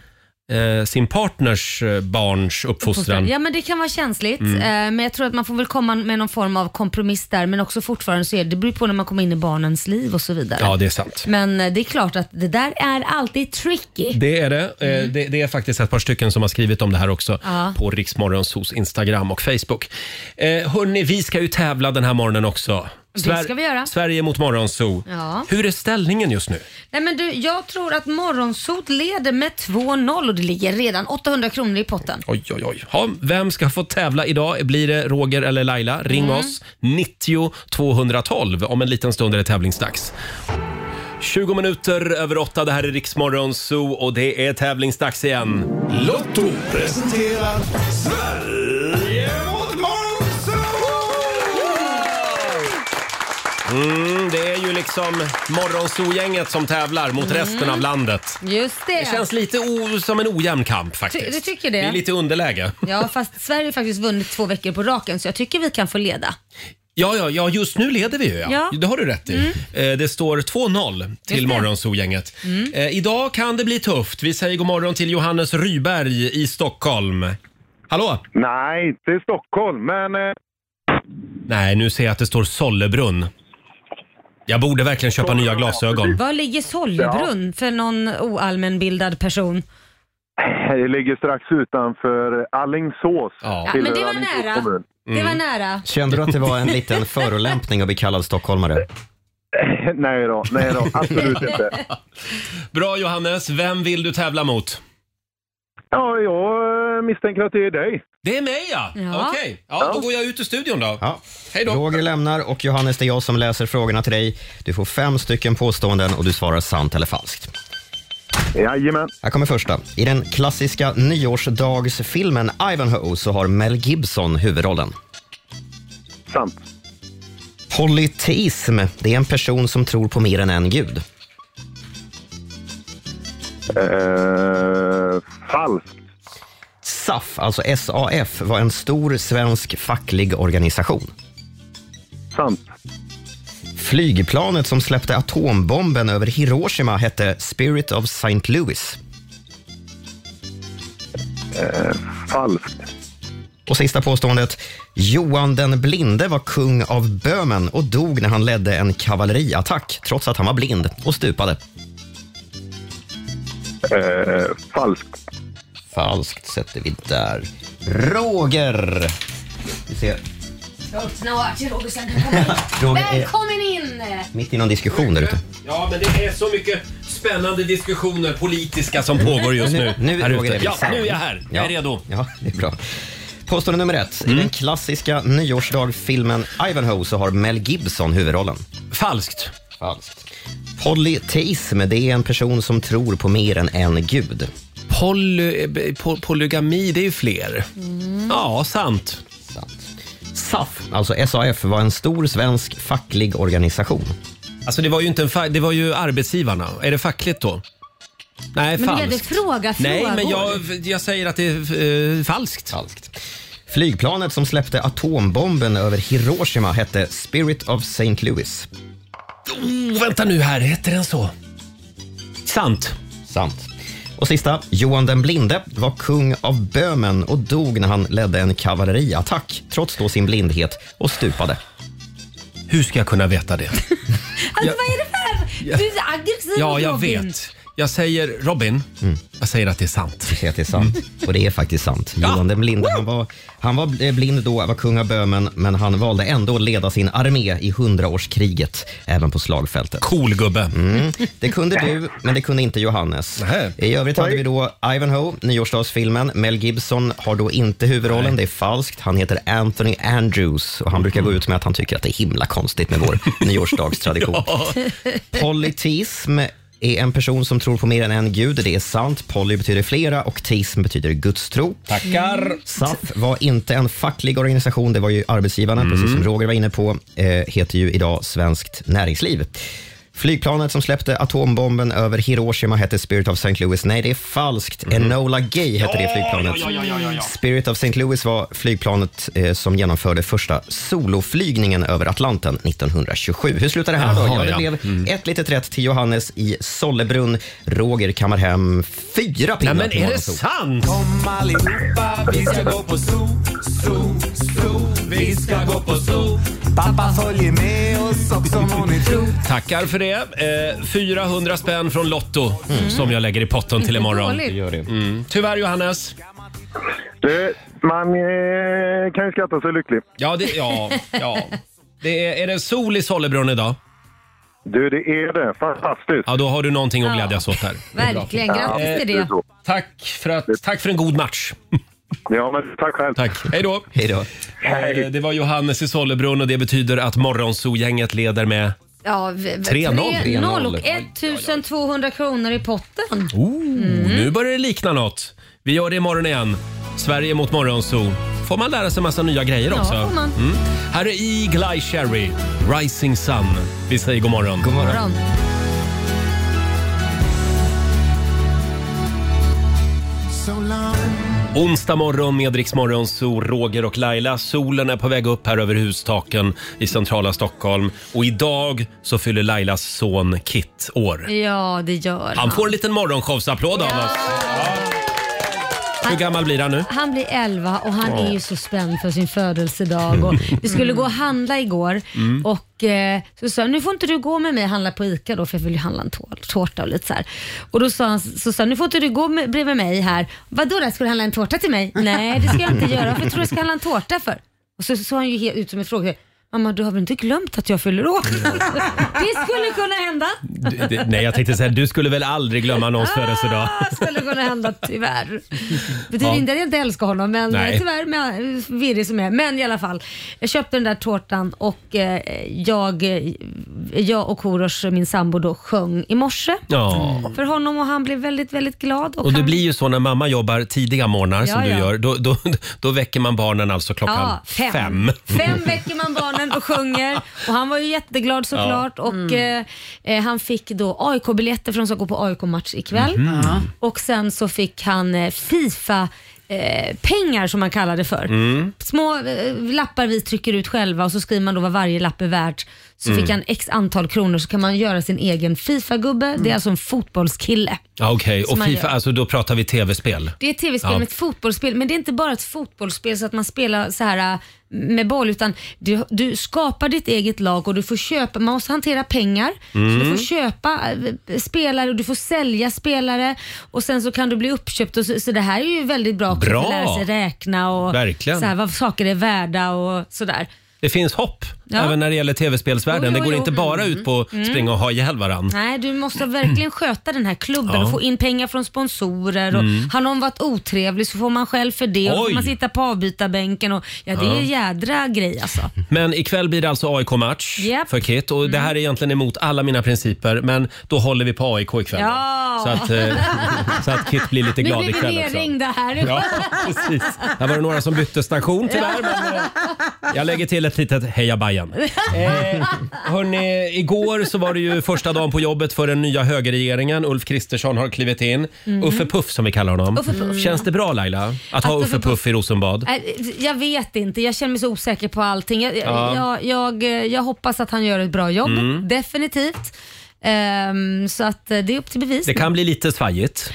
eh, sin partners eh, barns uppfostran. Ja men det kan vara känsligt. Mm. Eh, men jag tror att man får väl komma med någon form av kompromiss där. Men också fortfarande så är det, det beror på när man kommer in i barnens liv och så vidare. Ja, det är sant. Men eh, det är klart att det där är alltid tricky. Det är det. Eh, det. Det är faktiskt ett par stycken som har skrivit om det här också Mm. Ja. på Riksmorgonsos Instagram och Facebook. Eh, hörni, vi ska ju tävla den här morgonen också. Det ska vi göra. Sverige mot Morgonzoo. Ja. Hur är ställningen just nu? Nej men du, jag tror att Morgonsot leder med 2-0 och det ligger redan 800 kronor i potten. Oj, oj, oj. Ha, vem ska få tävla idag? Blir det Roger eller Laila? Ring Mm. oss. 90 212. Om en liten stund är det tävlingsdags. 20 minuter över åtta. Det här är Riksmorgonzoo och det är tävlingsdags igen. Lotto Presenterar Sverige mot Mm, det är ju liksom Morgonzoo-gänget som tävlar mot Mm. resten av landet. Just det. Det känns lite o- som en ojämn kamp faktiskt. Ty- du tycker det? Vi är lite i underläge. Ja fast Sverige har faktiskt vunnit två veckor på raken så jag tycker vi kan få leda. Ja, ja, ja, just nu leder vi ju. Ja. Ja. Mm. Det har du rätt i. Eh, Det står 2-0 till Just det. Morgonzoo-gänget. Mm. Eh, Idag kan det bli tufft. Vi säger god morgon till Johannes Ryberg i Stockholm. Hallå? Nej, inte i Stockholm, men... Eh, Nej, nu ser jag att det står Sollebrunn. Jag borde verkligen köpa nya glasögon. Var ligger Sollebrunn för någon oallmänbildad person? det ligger strax utanför Allingsås. Ja, Ja, men det var nära. Det Mm. var nära. Kände du att det var en liten förolämpning att bli kallad stockholmare? Nej då, nej då, absolut inte. Bra Johannes, vem vill du tävla mot? Ja, jag eh, misstänker att det är dig. Det är mig ja! Ja. Okej, ja, då går jag ut ur studion då. Ja. Hej då. Roger lämnar och Johannes, det är jag som läser frågorna till dig. Du får fem stycken påståenden och du svarar sant eller falskt. Jajamän. Här kommer första. I den klassiska nyårsdagsfilmen Ivanhoe så har Mel Gibson huvudrollen. Sant. Polyteism, det är en person som tror på mer än en gud. Eh, falskt. SAF, alltså SAF, var en stor svensk facklig organisation. Sant. Flygplanet som släppte atombomben över Hiroshima hette Spirit of St. Louis. falskt. Och sista påståendet. Johan den blinde var kung av Böhmen och dog när han ledde en kavalleriattack trots att han var blind och stupade. Eh, falskt. Falskt sätter vi där. Roger! Vi ser. Snart, Roger Sandén, kom in. Roger är- Välkommen in! Mitt i någon diskussion där ute. Ja, men det är så mycket spännande diskussioner, politiska, som pågår just nu. Nu, här nu, Roger, ute. är vi ja, samman. nu är jag här. Jag är Ja. redo. Mm. Ja, det är bra. Påstående nummer ett. I den klassiska nyårsdagfilmen Ivanhoe så har Mel Gibson huvudrollen. Falskt. Falskt. Polyteism, det är en person som tror på mer än en gud. Poly, eh, po, polygami, det är ju fler. Mm. Ja, sant. SAF, alltså SAF, var en stor svensk facklig organisation. Alltså det var ju inte en fa- det var ju arbetsgivarna. Är det fackligt då? Nej, Men det gäller falskt. fråga Nej, men frågor. jag, jag säger att det är eh, falskt. Falskt. Flygplanet som släppte atombomben över Hiroshima hette Spirit of St. Louis. Oh, vänta nu här, heter den så? Sant. Sant. Och sista, Johan den blinde var kung av Böhmen och dog när han ledde en kavalleriattack trots då sin blindhet och stupade. Hur ska jag kunna veta det? Alltså, vad är det för... Du är så aggressiv Ja, jag Robin. vet. Jag säger Robin. Jag säger att det är sant. Du säger att det är sant. Och det är faktiskt sant. Johan den blinde, han var, han var eh, blind då, var kung av Böhmen, men han valde ändå att leda sin armé i hundraårskriget, även på slagfältet. Cool gubbe. Mm. Det kunde du, men det kunde inte Johannes. I övrigt hade vi då Ivanhoe, nyårsdagsfilmen. Mel Gibson har då inte huvudrollen, det är falskt. Han heter Anthony Andrews och han brukar gå ut med att han tycker att det är himla konstigt med vår nyårsdagstradition. Politism är en person som tror på mer än en gud. Det är sant. Poly betyder flera och teism betyder gudstro. Mm. Tackar. SAF var inte en facklig organisation. Det var ju arbetsgivarna, Mm. precis som Roger var inne på. Eh, heter ju idag Svenskt Näringsliv. Flygplanet som släppte atombomben över Hiroshima hette Spirit of St. Louis. Nej, det är falskt. Enola Gay hette det flygplanet. Mm. ja, ja, ja, ja, ja. Spirit of St. Louis var flygplanet eh, som genomförde första soloflygningen över Atlanten 1927. Hur slutar det här då? Jaha, Ja, det ja. blev ett litet rätt till Johannes i Sollebrunn. Roger kammar hem Mm, fyra pinnar. Nej, men till är det Morgonzoo. sant? Kom allihopa, vi ska gå på zoo, zoo, zoo. Vi ska gå på zoo. Pappa följer med oss upp som hon är tro. Tackar för det. Eh, 400 spänn från Lotto som jag lägger i potten till Inte imorgon. dåligt. Det gör det. Mm. Tyvärr Johannes. Du, man eh, kan ju skratta sig lycklig. Ja, det, ja, ja. Det är, är det sol i Sollebrunn idag? Du, det är det. Fantastiskt. Ja, då har du någonting att glädjas åt här. Verkligen, grattis till det. Tack för, att, tack för en god match. Ja, men tack själv. Tack. Hej då. Eh, Hej då. Det var Johannes i Sollebrunn och det betyder att Morgonzoo-gänget leder med... Ja, v- v- 3-0. 3-0 och 1200 kronor i potten. Mm. Oh, Nu börjar det likna något. Vi gör det imorgon igen. Sverige mot Morgonzoo. Får man lära sig massa nya grejer Ja, också? Mm. får man. Här är Eagle Eye Cherry, Rising Sun. Vi säger god morgon. God morgon. Onsdag morgon med Rix Morgon, så Roger och Laila. Solen är på väg upp här över hustaken i centrala Stockholm. Och idag så fyller Lailas son Kit år. Ja, det gör Han får en liten morgonshowsapplåd av oss. Ja. Hur gammal blir han nu? Han blir 11 och han Ja. är ju så spänd för sin födelsedag. Och vi skulle gå och handla igår Mm. och eh, så sa jag, nu får inte du gå med mig och handla på ICA då för jag vill ju handla en tår- tårta och lite så här. Och då sa han, så sa han, nu får inte du gå med, bredvid mig här. Vadå då, ska du handla en tårta till mig? Nej det ska jag inte göra, för jag tror jag ska handla en tårta för? Och så såg han ju helt ut som en fråga. Mamma, du har väl inte glömt att jag fyller år? det skulle kunna hända. D- d- Nej, jag tänkte säga, du skulle väl aldrig glömma någons födelsedag? Det Ah, skulle kunna hända tyvärr. Betyder Ja. inte att jag inte älskar honom men eh, Nej. tyvärr med virrig som jag är. Men i alla fall. Jag köpte den där tårtan och eh, jag, eh, jag och Korosh, min sambo då, sjöng i morse. Ja. För honom och han blev väldigt, väldigt glad. Och det han, blir ju så när mamma jobbar tidiga morgnar som Ja, du ja. gör. Då, då, då väcker man barnen alltså klockan Ja, fem. fem. Fem väcker man barnen och sjunger och han var ju jätteglad såklart och eh, eh, han fick då AIK-biljetter för de ska gå på AIK-match ikväll Mhm. Ja. och sen så fick han eh, Fifa eh, pengar som man kallar det för. Mm. Små eh, lappar vi trycker ut själva och så skriver man då vad varje lapp är värt. Så Mm. fick han x antal kronor så kan man göra sin egen Fifa-gubbe. Det Mm. är alltså en fotbollskille. Ja, Okej, Som och man FIFA, gör. alltså då pratar vi tv-spel. Det är ett tv-spel Ja. med ett fotbollsspel, men det är inte bara ett fotbollsspel så att man spelar så här äh, med boll utan du, du skapar ditt eget lag och du får köpa, man måste hantera pengar. Mm. Så du får köpa äh, spelare och du får sälja spelare och sen så kan du bli uppköpt. Och så, så det här är ju väldigt bra, för Bra. att lära sig räkna och Verkligen. Så här, vad saker är värda och sådär. Det finns hopp Ja. även när det gäller Jo, tv-spelsvärlden. jo, Det går jo. inte bara Mm. ut på att Mm. springa och ha ihjäl varandra. Nej, du måste verkligen sköta den här klubben Ja. och få in pengar från sponsorer. Och Mm. Har någon varit otrevlig så får man själv för det och då Oj. får man sitta på avbytarbänken. Och, ja, det Ja. är en jädra grej alltså. Men ikväll blir det alltså AIK-match Japp. Mm. för Kit och det här är egentligen emot alla mina principer men då håller vi på AIK ikväll. Ja. Så, att, eh, så att Kit blir lite glad Nu blir vi ikväll också. nerringda här. Ja, precis. Här var det några som bytte station tyvärr. Men eh, jag lägger till ett litet heja Bajen. igen. Eh, hörni, igår så var det ju första dagen på jobbet för den nya högerregeringen. Ulf Kristersson har klivit in. Mhm. Uffe Puff som vi kallar honom. Uffe Puff, Känns ja. det bra Laila, att ha Att Uffe Uffe Puff- Äh, Puff i Rosenbad? Nej, Jag vet inte, jag känner mig så osäker på allting. Jag, Ja. jag, jag, jag hoppas att han gör ett bra jobb, Mm. definitivt. Ehm, så att eh, det är upp till bevis. Det kan bli lite svajigt.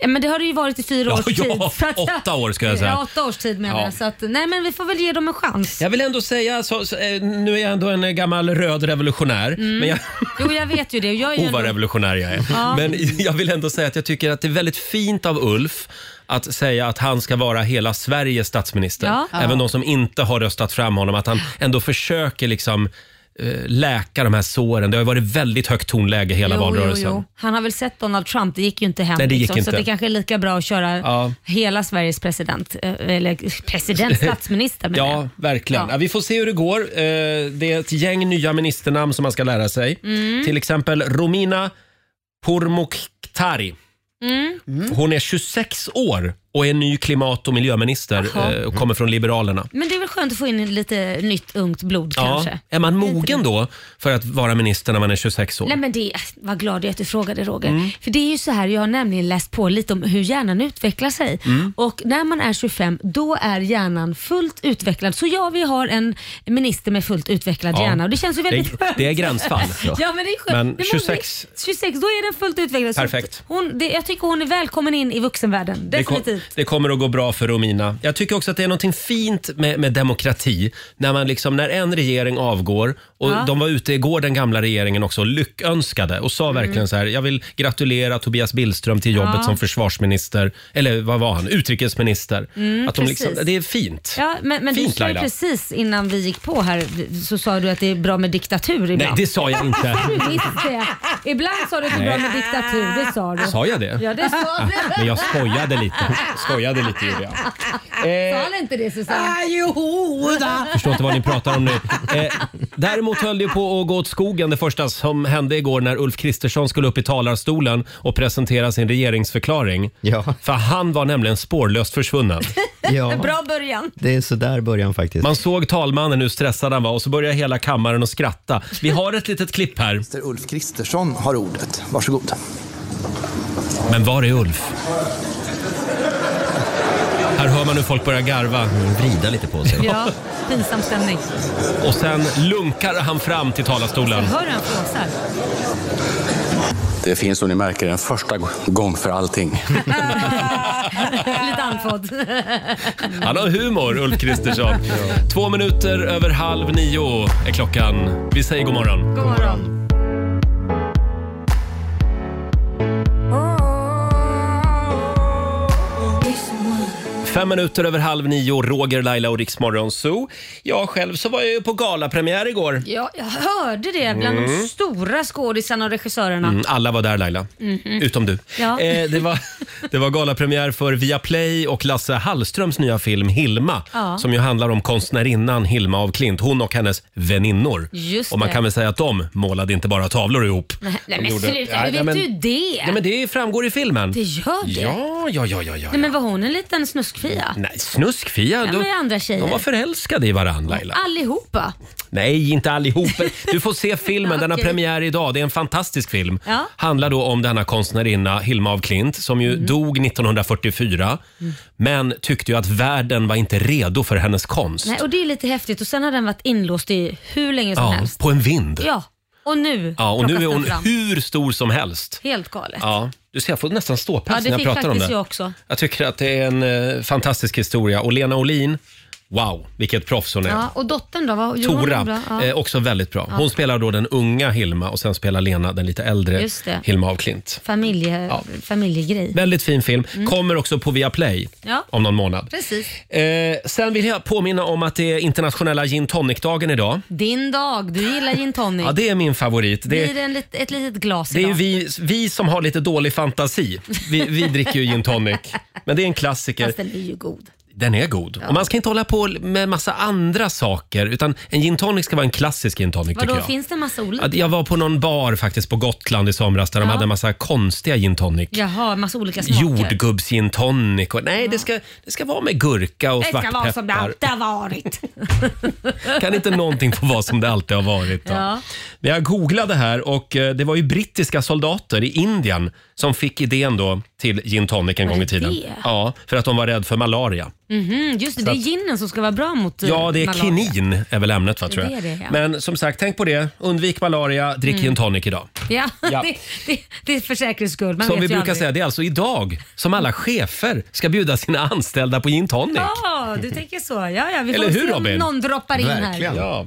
Ja, Men det har det ju varit i fyra Ja, års tid. ja, så att- åtta år ska jag säga. Ja, åtta års tid menar Ja. jag. Så att, nej men vi får väl ge dem en chans. Jag vill ändå säga, så, så, eh, nu är jag ändå en eh, gammal röd revolutionär, Mm. men jag, Jo, jag vet ju det. Jag är ju oh vad ändå- revolutionär jag är. Ja. Men jag vill ändå säga att jag tycker att det är väldigt fint av Ulf att säga att han ska vara hela Sveriges statsminister. Ja. Även Ja. de som inte har röstat fram honom, att han ändå försöker liksom eh, läka de här såren. Det har ju varit väldigt högt tonläge hela jo, valrörelsen. Jo, jo. Han har väl sett Donald Trump, det gick ju inte hem. Nej, det gick liksom, inte. Så det kanske är lika bra att köra Ja. hela Sveriges president, eh, eller president, statsminister menar jag. Ja, verkligen. Ja. Ja, vi får se hur det går. Eh, Det är ett gäng nya ministernamn som man ska lära sig. Mm. Till exempel Romina Pourmokhtari. Mm. Hon är 26 år och är ny klimat och miljöminister Jaha. eh, och kommer från Liberalerna. Men det är väl skönt att få in lite nytt ungt blod kanske? Är man mogen då för att vara minister när man är 26 år? Nej men det, äh, vad glad jag är att du frågade Roger. Mm. För det är ju så här, jag har nämligen läst på lite om hur hjärnan utvecklar sig. Mm. Och när man är 25, då är hjärnan fullt utvecklad. Så ja, vi har en minister med fullt utvecklad Ja. hjärna och det känns ju Det är- väldigt skönt. det är gränsfall. ja men det är skönt. Men Nej, det- 26. 26, då är den fullt utvecklad. Så Perfekt. Hon, det, jag tycker hon är välkommen in i vuxenvärlden. Det, kom, Definitivt. det kommer att gå bra för Romina. Jag tycker också att det är något fint med, med demokrati. När, man liksom, när en regering avgår, och Ja. de var ute igår den gamla regeringen också, och lyckönskade och sa verkligen så här, jag vill gratulera Tobias Billström till jobbet Mm. Ja. som försvarsminister, eller vad var han, utrikesminister. Mm, att de liksom, precis. det är fint. Ja, men men du Fint, sa ju Laila. precis innan vi gick på här så sa du att det är bra med diktatur ibland. Nej, det sa jag inte. Du visste det. Ibland sa du att det är bra Nej. med diktatur, det sa du. Sa jag det? Ja, det sa Ah, du. Men jag skojade lite. Skojade lite gjorde jag. Sa han inte det Susanne? Ah, jo, Jag förstår inte vad ni pratar om nu. Eh, däremot höll det ju på att gå åt skogen det första som hände igår när Ulf Kristersson skulle upp i talarstolen och presentera sin regeringsförklaring. För han var nämligen spårlöst försvunnen. Bra början. Det är sådär början faktiskt. Man såg talmannen hur stressad han var och så började hela kammaren att skratta. Vi har ett litet klipp här. Ulf Kristersson har ordet. Varsågod. Men var är Ulf? Här hör man hur folk börjar garva. Vrida lite på sig. Ja, pinsam stämning. Och sen lunkar han fram till talarstolen. Hör hur han flåsar? Det finns som ni märker en första gång för allting. Lite andfådd. Han har humor, Ulf Kristersson. Två minuter över halv nio är klockan. Vi säger god morgon. God morgon. Fem minuter över halv nio, Roger, Laila och Riksmorgon Zoo. Jag själv så var jag ju på galapremiär igår. Ja, jag hörde det bland Mm. de stora skådisarna och regissörerna. Mm, alla var där Laila, Mhm. utom du. Ja. Eh, det, var, det var galapremiär för Viaplay och Lasse Hallströms nya film Hilma Ja. som ju handlar om konstnärinnan Hilma af Klint, hon och hennes väninnor. Just och man det. kan väl säga att de målade inte bara tavlor ihop. Nej, nej De men gjorde- sluta, Nej, nej, hur vet men- du det? Ja, men det framgår i filmen. Det gör det? Ja, ja, ja, ja. ja. Nej men var hon en liten snuskfia? Nej, snuskfia. Ja, de, men andra tjejer. de var förälskade i varandra Laila. Allihopa? Nej, inte allihop. Du får se filmen. Den har Okej. premiär idag. Det är en fantastisk film. Ja. Mm. Handlar då om denna konstnärinna Hilma af Klint som ju dog 1944 men tyckte ju att världen var inte redo för hennes konst. Nej, och det är lite häftigt och sen har den varit inlåst i hur länge som ja, helst. på en vind. Ja, och nu Ja, och nu plockas är den hon fram. hur stor som helst. Helt galet. Ja, du ser, jag får nästan Ja, ståpäls det när fick jag pratar om faktiskt det. jag också. Jag tycker att det är en eh, fantastisk historia. Och Lena Olin, wow, vilket proffs hon är. Ja, och dottern då? Vad, gjorde hon det Tora, bra? Ja. eh, också väldigt bra. Hon Ja. spelar då den unga Hilma och sen spelar Lena den lite äldre Just det. Hilma af Klint. Familje, Familjegrej. Väldigt fin film. Kommer också på Viaplay Mm. Ja. om någon månad. Precis. Eh, sen vill jag påminna om att det är internationella gin tonic-dagen idag. Din dag, du gillar gin tonic. Ja, det är min favorit. det Det, blir en lit, ett litet glas det är ju idag. vi, vi som har lite dålig fantasi. Vi, vi dricker ju gin tonic. Men det är en klassiker. Fast den är ju god. Den är god. Och man ska inte hålla på med massa andra saker. Utan en gin tonic ska vara en klassisk gin tonic tycker Vadå, jag. finns det en massa olika? Att Jag var på någon bar faktiskt på Gotland i somras där de Ja. hade en massa konstiga gin tonic. Jaha, en massa olika smaker. Jordgubbsgin tonic. Och, nej, det ska, det ska vara med gurka och Det ska vara som det svartpeppar. alltid har varit. Kan inte någonting få vara som det alltid har varit? Då? Ja. Men jag googlade här och eh, det var ju brittiska soldater i Indien som fick idén då till gin tonic en Var gång i det tiden. det? Ja, för att de var rädda för malaria. Mhm, just det, Så det är att- ginen som ska vara bra mot eh, Ja, det är malaria. kinin är väl ämnet va, Det tror är jag. det, ja. Men som sagt, tänk på det. Undvik malaria, drick Mm. gin tonic idag. Ja, Ja. Det, det, det är för säkerhets skull. Man som vet vi ju brukar aldrig. säga, det är alltså idag som alla chefer ska bjuda sina anställda på gin tonic. Ja, du tänker så. Ja, ja, vi får Eller hur se om Robin? någon droppar in här. Ja.